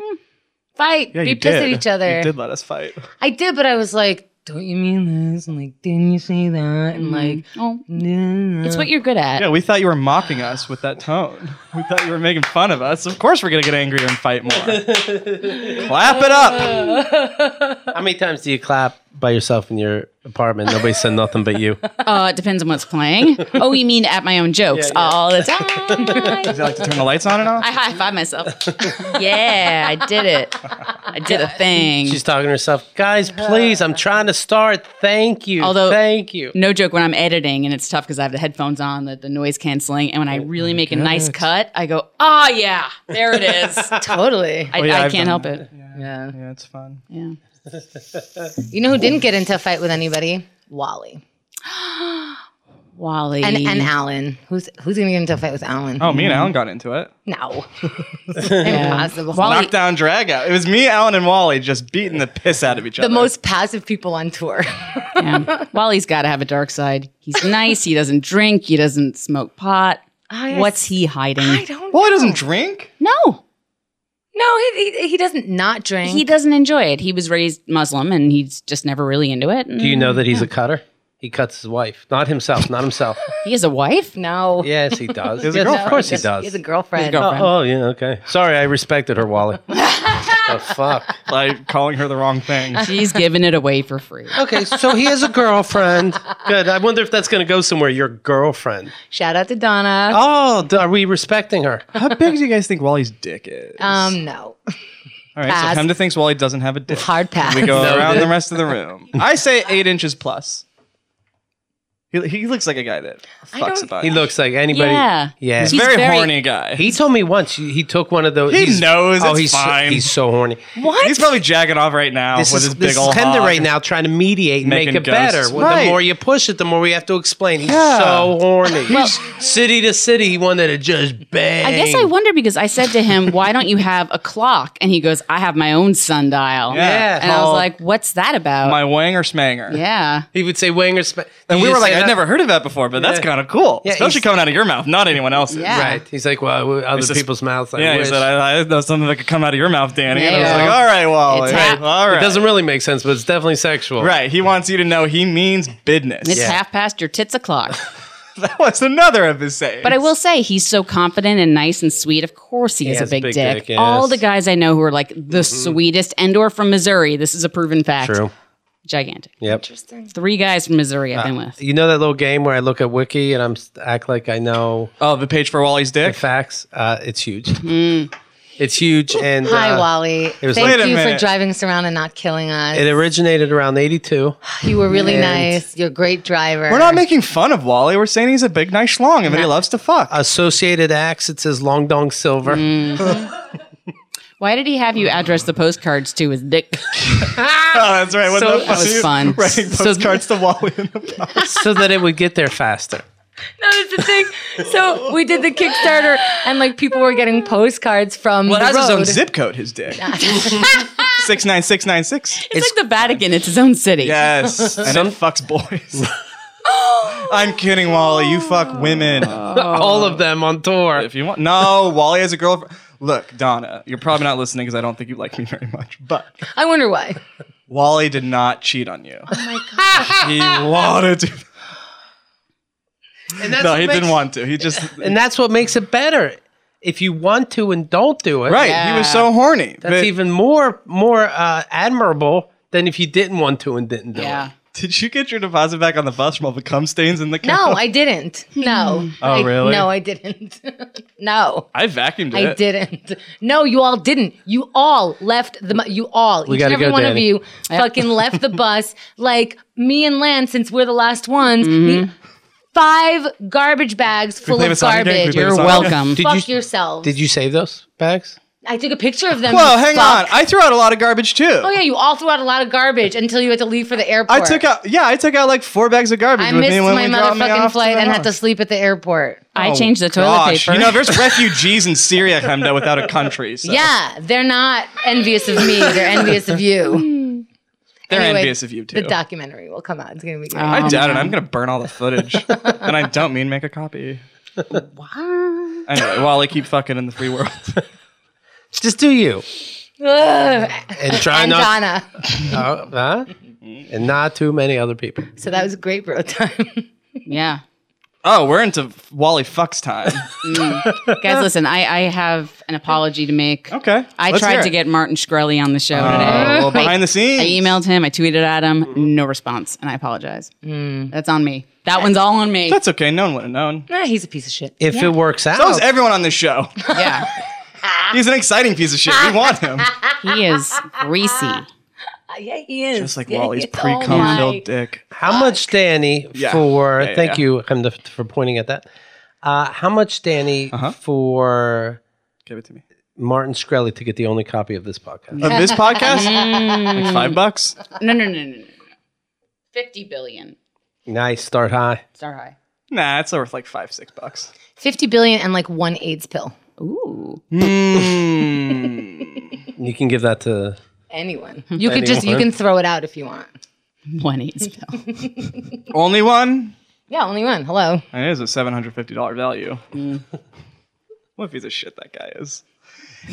S1: Fight.
S3: Hmm. yeah,
S1: Be
S3: you
S1: pissed
S3: did.
S1: at each other.
S3: You did let us fight.
S1: I did, but I was like, don't you mean this? And like, didn't you say that?
S3: Mm-hmm.
S1: And like,
S4: oh,
S1: nah.
S4: it's what you're good at.
S3: Yeah, we thought you were mocking us with that tone. We thought you were making fun of us. Of course, we're gonna get angry and fight more. Clap it up.
S2: How many times do you clap by yourself in your apartment? Nobody said nothing but you.
S4: Uh, it depends on what's playing. oh, you mean at my own jokes all the time.
S3: Would you like to turn the lights on and off?
S4: I high five myself. yeah, I did it. I did a thing.
S2: She's talking to herself. Guys, please, I'm trying to start. Thank you.
S4: Although-
S2: thank you.
S4: no joke when I'm editing and it's tough because I have the headphones on, the, the noise canceling, and when
S3: Oh
S4: I really make a nice cut, I go, oh yeah, there it is. I,
S1: Totally.
S3: Oh, yeah,
S4: I
S3: I've done
S4: can't help
S3: that.
S4: it.
S1: Yeah.
S3: Yeah, it's fun.
S4: Yeah.
S1: You know who didn't get into a fight with anybody? Wally
S4: Wally
S1: and and Alan. Who's who's gonna get into a fight with Alan?
S3: Oh, me and Alan got into it.
S1: No,
S4: Yeah.
S1: impossible.
S4: Wally,
S3: Knockdown drag out. It was me, Alan, and Wally just beating the piss out of each
S1: the
S3: other.
S1: most passive people on tour.
S4: yeah. Wally's got to have a dark side. He's nice. he doesn't drink. He doesn't smoke pot.
S3: Oh,
S1: I-
S4: What's he hiding?
S1: I don't.
S3: Wally doesn't drink.
S4: no,
S1: No, he, he, he doesn't not drink.
S4: he doesn't enjoy it. He was raised Muslim and he's just never really into it. and
S2: Do you know that he's a cutter? He cuts his wife. Not himself, not himself.
S4: he has a wife?
S1: no.
S2: Yes, he does.
S3: has a
S2: yes, of
S3: girlfriend.
S2: course he
S1: He has
S2: does.
S1: a girlfriend.
S4: girlfriend.
S2: Oh, yeah, okay. Sorry, I respected her, Wally. The fuck.
S3: by calling her the wrong
S1: Uh-huh.
S3: thing.
S4: She's giving it away for free.
S2: Okay, so he has a girlfriend. Good. I wonder if that's going to go somewhere. Your girlfriend.
S1: Shout out to Donna.
S2: Oh, d- are we respecting her?
S3: How big do you guys think Wally's dick is?
S1: Um, no,
S3: All right,
S1: pass.
S3: so Hemda thinks Wally doesn't have a dick.
S1: hard pass.
S3: We go
S2: No,
S3: around
S2: dude.
S3: the rest of the room. I say eight inches plus. He, he looks like a guy that fucks
S1: don't-
S3: about.
S2: He looks like anybody.
S4: Yeah.
S2: Yeah.
S3: He's,
S4: He's
S3: a very,
S4: very-
S3: horny guy.
S2: He told me once he he took one of those.
S3: He
S2: he's- oh,
S3: knows, it's
S2: he's
S3: fine.
S2: So, he's so horny.
S1: What?
S3: He's probably jacking off right now
S2: This
S3: with
S2: is
S3: his big
S2: this
S3: old
S2: is Kendra
S3: hog.
S2: right now trying to mediate and make
S3: Making
S2: it better.
S3: ghosts.
S2: Well,
S3: Right.
S2: The more you push it, the more we have to explain. He's
S3: Yeah.
S2: so horny. city to city, he wanted to just bang.
S4: I guess I wonder because I said to him, "Why don't you have a clock?" And he goes, "I have my own
S3: Yeah.
S4: sundial."
S2: Yeah.
S4: And I was
S2: Called-
S4: like, "What's that about?"
S3: My wang or smanger.
S4: yeah.
S2: He would say Wanger. Sp-
S3: And we were like, I've never heard of that before, but that's
S2: Yeah.
S3: kind of cool.
S2: Yeah,
S3: Especially
S2: he's-
S3: coming out of your mouth, not anyone else's.
S4: Yeah.
S2: Right. He's like, well, w- other
S3: It's just-
S2: people's mouths. I
S3: Yeah, he
S2: wish.
S3: said, I, I know something that could come out of your mouth, Danny. And I was
S4: Yeah.
S3: like, all right, Wally.
S4: It's
S3: Right,
S4: hap-
S3: all
S2: it
S3: right.
S2: doesn't really make sense, but it's definitely sexual.
S3: right. He wants you to know he means business.
S4: It's
S2: Yeah.
S4: half past your tits o'clock.
S3: That was another of his sayings.
S4: But I will say he's so confident and nice and sweet. Of course he, has
S2: has
S4: a big,
S2: big
S4: dick.
S2: dick,
S4: All
S2: yes.
S4: the guys I know who are like the sweetest and or from Missouri. This is a proven fact.
S2: True.
S4: Gigantic.
S2: Yep.
S4: Three guys from Missouri I've been with.
S2: You know that little game where I look at Wiki and I'm s- act like I know
S3: Oh, the page for Wally's
S2: the
S3: dick.
S2: facts? Uh, it's huge. It's huge. And
S1: Mm. Hi,
S2: uh,
S1: Wally.
S2: was
S1: Thank
S3: like- Wait a
S1: you
S3: minute.
S1: for driving us around and not killing us.
S2: It originated around 82.
S1: you were really
S2: And-
S1: nice. You're a great driver.
S3: We're not making fun of Wally. We're saying he's a big, nice schlong and that he loves to fuck.
S2: Uh, Associated Acts, it says Long Dong Silver.
S1: Mm.
S4: Why did he have you address the postcards to his dick?
S3: oh, that's right. What
S2: So-
S3: the
S4: That
S3: fuck?
S4: was fun.
S3: Writing postcards to Wally in the box.
S2: so that it would get there faster.
S1: No, that's the thing. So we did the Kickstarter, and like people were getting postcards from
S3: Well, it
S1: the
S3: has
S1: road.
S3: his own zip code, his dick. 69696.
S4: It's, like the Vatican. It's his own city.
S3: Yes. And it fucks boys. I'm kidding, Wally. You fuck women.
S2: All of them on tour.
S3: Uh, if you want. No, Wally has a girlfriend. Look, Donna, you're probably not listening because I don't think you like me very much, but
S1: I wonder why.
S3: Wally did not cheat on you. Oh my God. he wanted to.
S2: And that's
S3: No,
S2: what
S3: he
S2: makes-
S3: didn't want to. He just.
S2: And that's what makes it better. If you want to and don't do it,
S3: Right. He was so horny.
S2: That's
S3: But
S2: even more more uh, admirable than if you didn't want to and didn't do
S4: Yeah.
S2: it.
S3: Did you get your deposit back on the bus from all the cum stains in the car?
S1: No, I didn't. No. Oh,
S3: really?
S1: No, I didn't. no,
S3: I vacuumed it.
S1: I didn't. No, you all didn't. You all left the. mu- You all, each and
S2: gotta
S1: every
S2: go,
S1: one of
S2: Danny.
S1: you, fucking left the bus. Like me and Lance, since we're the last ones. the- Five garbage bags full
S3: play
S1: of
S3: the song
S1: garbage.
S3: again? Can we play the
S4: You're
S3: song?
S4: welcome.
S2: Did
S1: Fuck
S2: you
S1: yourselves.
S2: did you save those bags?
S1: I took a picture of them.
S3: Well,
S1: you
S3: hang
S1: fuck.
S3: on. I threw out a lot of garbage too.
S1: Oh yeah, you all threw out a lot of garbage until you had to leave for the airport.
S3: I took out, yeah, I took out like four bags of garbage
S1: I
S3: with
S1: missed
S3: me when
S1: my
S3: we dropped me
S1: motherfucking
S3: off
S1: flight
S3: the
S1: and had to
S3: house.
S1: sleep at the airport.
S4: I changed the toilet
S3: Oh, Gosh,
S4: paper.
S3: you know, there's refugees in Syria, Hamda, without a country. So
S1: Yeah, they're not envious of me. They're envious of you.
S3: they're
S1: Anyway,
S3: envious of you too.
S1: The documentary will come out. It's gonna be great.
S3: I
S4: Oh,
S3: doubt it.
S4: man.
S3: I'm gonna burn all the footage, and I don't mean make a copy. Anyway, while I keep fucking in the free world,
S2: Just do you
S1: Ugh.
S2: and try
S1: And
S2: not
S1: Donna.
S2: uh, huh? and not too many other people.
S1: So that was a great bro time.
S4: yeah.
S3: oh, we're into Wally fucks time.
S4: Guys, listen, I, I have an apology to make.
S3: Okay,
S4: I
S3: let's hear
S4: tried
S3: it.
S4: to get Martin Shkreli on the show
S3: Oh,
S4: today.
S3: well, behind the scenes.
S4: I emailed him. I tweeted at him. No response, and I apologize. That's on me. That one's all on me.
S3: That's okay. No one would have known.
S1: Nah, he's a piece of shit.
S2: If it works out,
S3: That was everyone on this show.
S4: yeah,
S3: He's an exciting piece of shit. We want him.
S4: he is greasy.
S1: Uh, yeah, he is.
S3: Just like
S1: Yeah,
S3: Wally's
S1: it's
S3: pre
S1: all
S3: cum
S1: my-
S3: filled dick.
S2: How much, Danny,
S3: Yeah.
S2: for
S3: Yeah, yeah,
S2: thank
S3: yeah.
S2: you Hamda, f- for pointing at that? Uh, how much, Danny, for
S3: Give it to me.
S2: Martin Shkreli to get the only copy of this podcast?
S3: Of this podcast, like five bucks.
S4: No, no, no, no, no, no. Fifty billion.
S2: Nice, start high.
S4: Star high.
S3: Nah, it's worth like five, six bucks.
S1: Fifty billion and like one AIDS pill.
S4: Ooh.
S2: You can give that to.
S1: Anyone. You could just you can throw it out if you want.
S4: One eight spell.
S3: Only one.
S1: Yeah, only one. Hello.
S3: It is a seven hundred fifty dollar value. what a piece of shit that guy is.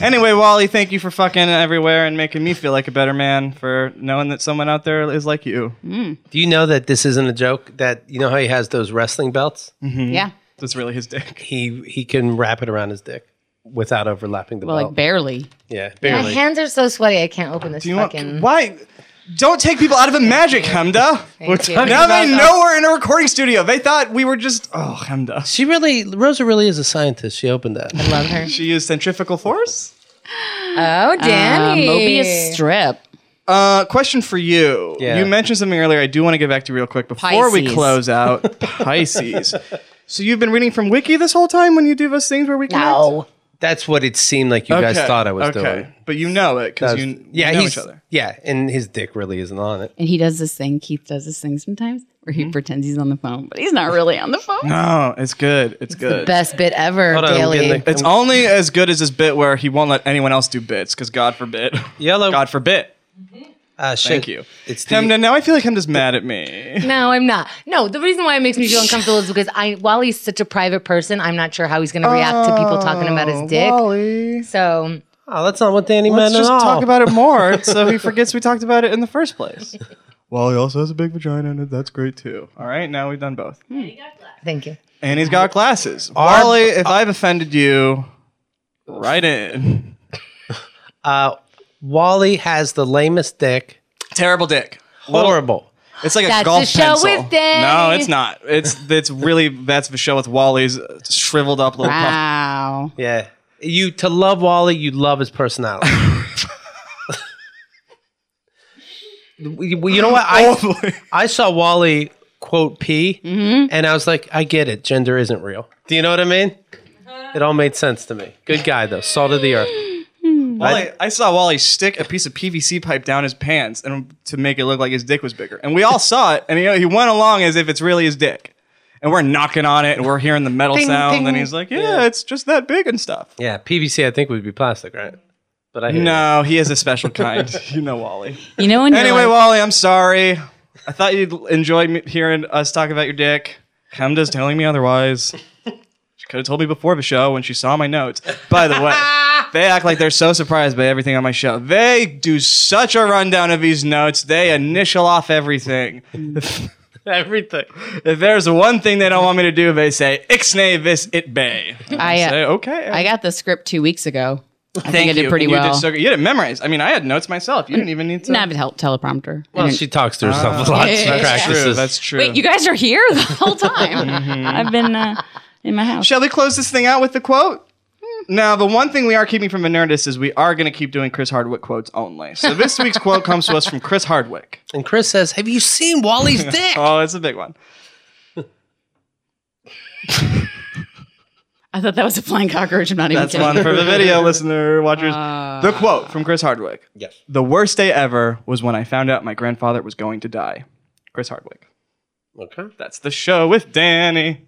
S3: Anyway, Wally, thank you for fucking everywhere and making me feel like a better man for knowing that someone out there is like you.
S2: Do you know that this isn't a joke? That you know how he has those wrestling belts?
S4: Yeah.
S3: That's really his dick.
S2: He he can wrap it around his dick. without overlapping the
S4: Well,
S2: belt.
S4: like barely.
S2: yeah,
S1: My
S2: barely.
S1: hands are so sweaty. I can't open this
S3: Do you want,
S1: fucking.
S3: why? Don't take people out of a magic, Hemda.
S2: We're
S1: Thank you.
S2: talking
S3: Now they
S2: about-
S3: know we're in a recording studio. They thought we were just oh Hemda.
S2: She really, Rosa really is a scientist. She opened that.
S1: I love her.
S3: She used centrifugal force.
S1: Oh,
S4: Uh,
S1: Danny.
S4: Mobius strip.
S3: Uh, question for you.
S2: Yeah.
S3: You mentioned something earlier. I do want to get back to real quick before we
S4: Pisces.
S3: close out Pisces. So you've been reading from Wiki this whole time when you do those things where we connect.
S1: No.
S2: That's what it seemed like you guys
S3: Okay,
S2: thought I was
S3: okay.
S2: doing.
S3: but you know it because
S2: That was-
S3: you
S2: yeah,
S3: you know
S2: he's,
S3: each other.
S2: yeah, and his dick really isn't on it.
S4: And he does this thing, Keith does this thing sometimes where he pretends he's on the phone, but he's not really on the phone.
S3: No, Oh, it's good. It's good.
S1: Best bit ever,
S2: Hold on, I'm
S1: Daily.
S2: getting the-
S3: It's only as good as this bit where he won't let anyone else do bits because God forbid.
S2: Yellow.
S3: God forbid.
S2: Ah, shit.
S3: Thank you.
S2: It's the,
S3: Hemda, now I feel like Hemda's mad at me.
S1: No, I'm not. No, the reason why it makes me feel uncomfortable is because I, while he's such a private person, I'm not sure how he's going to react to people talking about his dick.
S3: Wally.
S1: So
S2: oh, that's not what Danny
S3: Let's
S2: meant
S3: just
S2: at all.
S3: talk about it more so he forgets we talked about it in the first place.
S5: Wally also has a big vagina, and that's great too.
S3: Two. All right, now we've done both.
S1: thank you.
S3: And he's got glasses. Wally, if I've offended you, right in.
S2: Wally has the lamest dick.
S3: Terrible dick.
S2: Horrible.
S3: It's like a
S1: That's
S3: golf
S1: the show
S3: pencil.
S1: with Danny.
S3: No, it's not. It's it's really that's the show with Wally's uh, shriveled up little puff
S4: Wow.
S2: Yeah. You to love Wally, you love his personality. you, you know what?
S3: Oh.
S2: I I saw Wally quote P,
S3: Mm-hmm.
S2: and I was like, I get it. Gender isn't real. Do you know what I mean? It all made sense to me. Good guy though, salt of the earth.
S3: Wally, I saw Wally stick a piece of PVC pipe down his pants and to make it look like his dick was bigger, and we all saw it. And he, he went along as if it's really his dick, and we're knocking on it, and we're hearing the metal
S2: Ding,
S3: sound,
S2: ding.
S3: and he's like, "Yeah, it's just that big and stuff."
S2: Yeah, PVC I think would be plastic, right? But I hear you.
S3: No, he is a special kind, you know, Wally.
S4: You know when
S3: Anyway,
S4: you're like,
S3: Wally, I'm sorry. I thought you'd enjoy me hearing us talk about your dick. Hemda's telling me otherwise. She could have told me before the show when she saw my notes. By the way, they act like they're so surprised by everything on my show. They do such a rundown of these notes. They initial off everything.
S2: everything.
S3: If there's one thing they don't want me to do, they say "ixnay vis it bay."
S4: I, uh,
S3: Say, okay.
S4: I got the script two weeks ago. I think
S3: Thank
S4: I did
S3: you.
S4: pretty
S3: you
S4: well.
S3: Did so good. You did memorize. I mean, I had notes myself. You didn't even need to.
S4: Didn't have a tel- teleprompter. I
S2: Well,
S4: didn't-
S2: she talks to herself a lot. She
S4: Yeah, yeah, yeah.
S3: That's
S2: practices.
S3: Ah. true. That's true.
S4: Wait, you guys are here the whole time. I've been uh, in my house.
S3: Shall we close this thing out with the quote? Now, the one thing we are keeping from the Nerdist is we are going to keep doing Chris Hardwick quotes only. So this week's quote comes to us from Chris Hardwick.
S2: and Chris says, "Have you seen Wally's dick?"
S3: Oh, it's a big one.
S4: I thought that was a flying cockroach. I'm not even
S3: That's
S4: kidding.
S3: one for the video listener, watchers. the quote from Chris Hardwick.
S2: Yes.
S3: The worst day ever was when I found out my grandfather was going to die. Chris Hardwick.
S2: Okay.
S3: That's the show with Danny.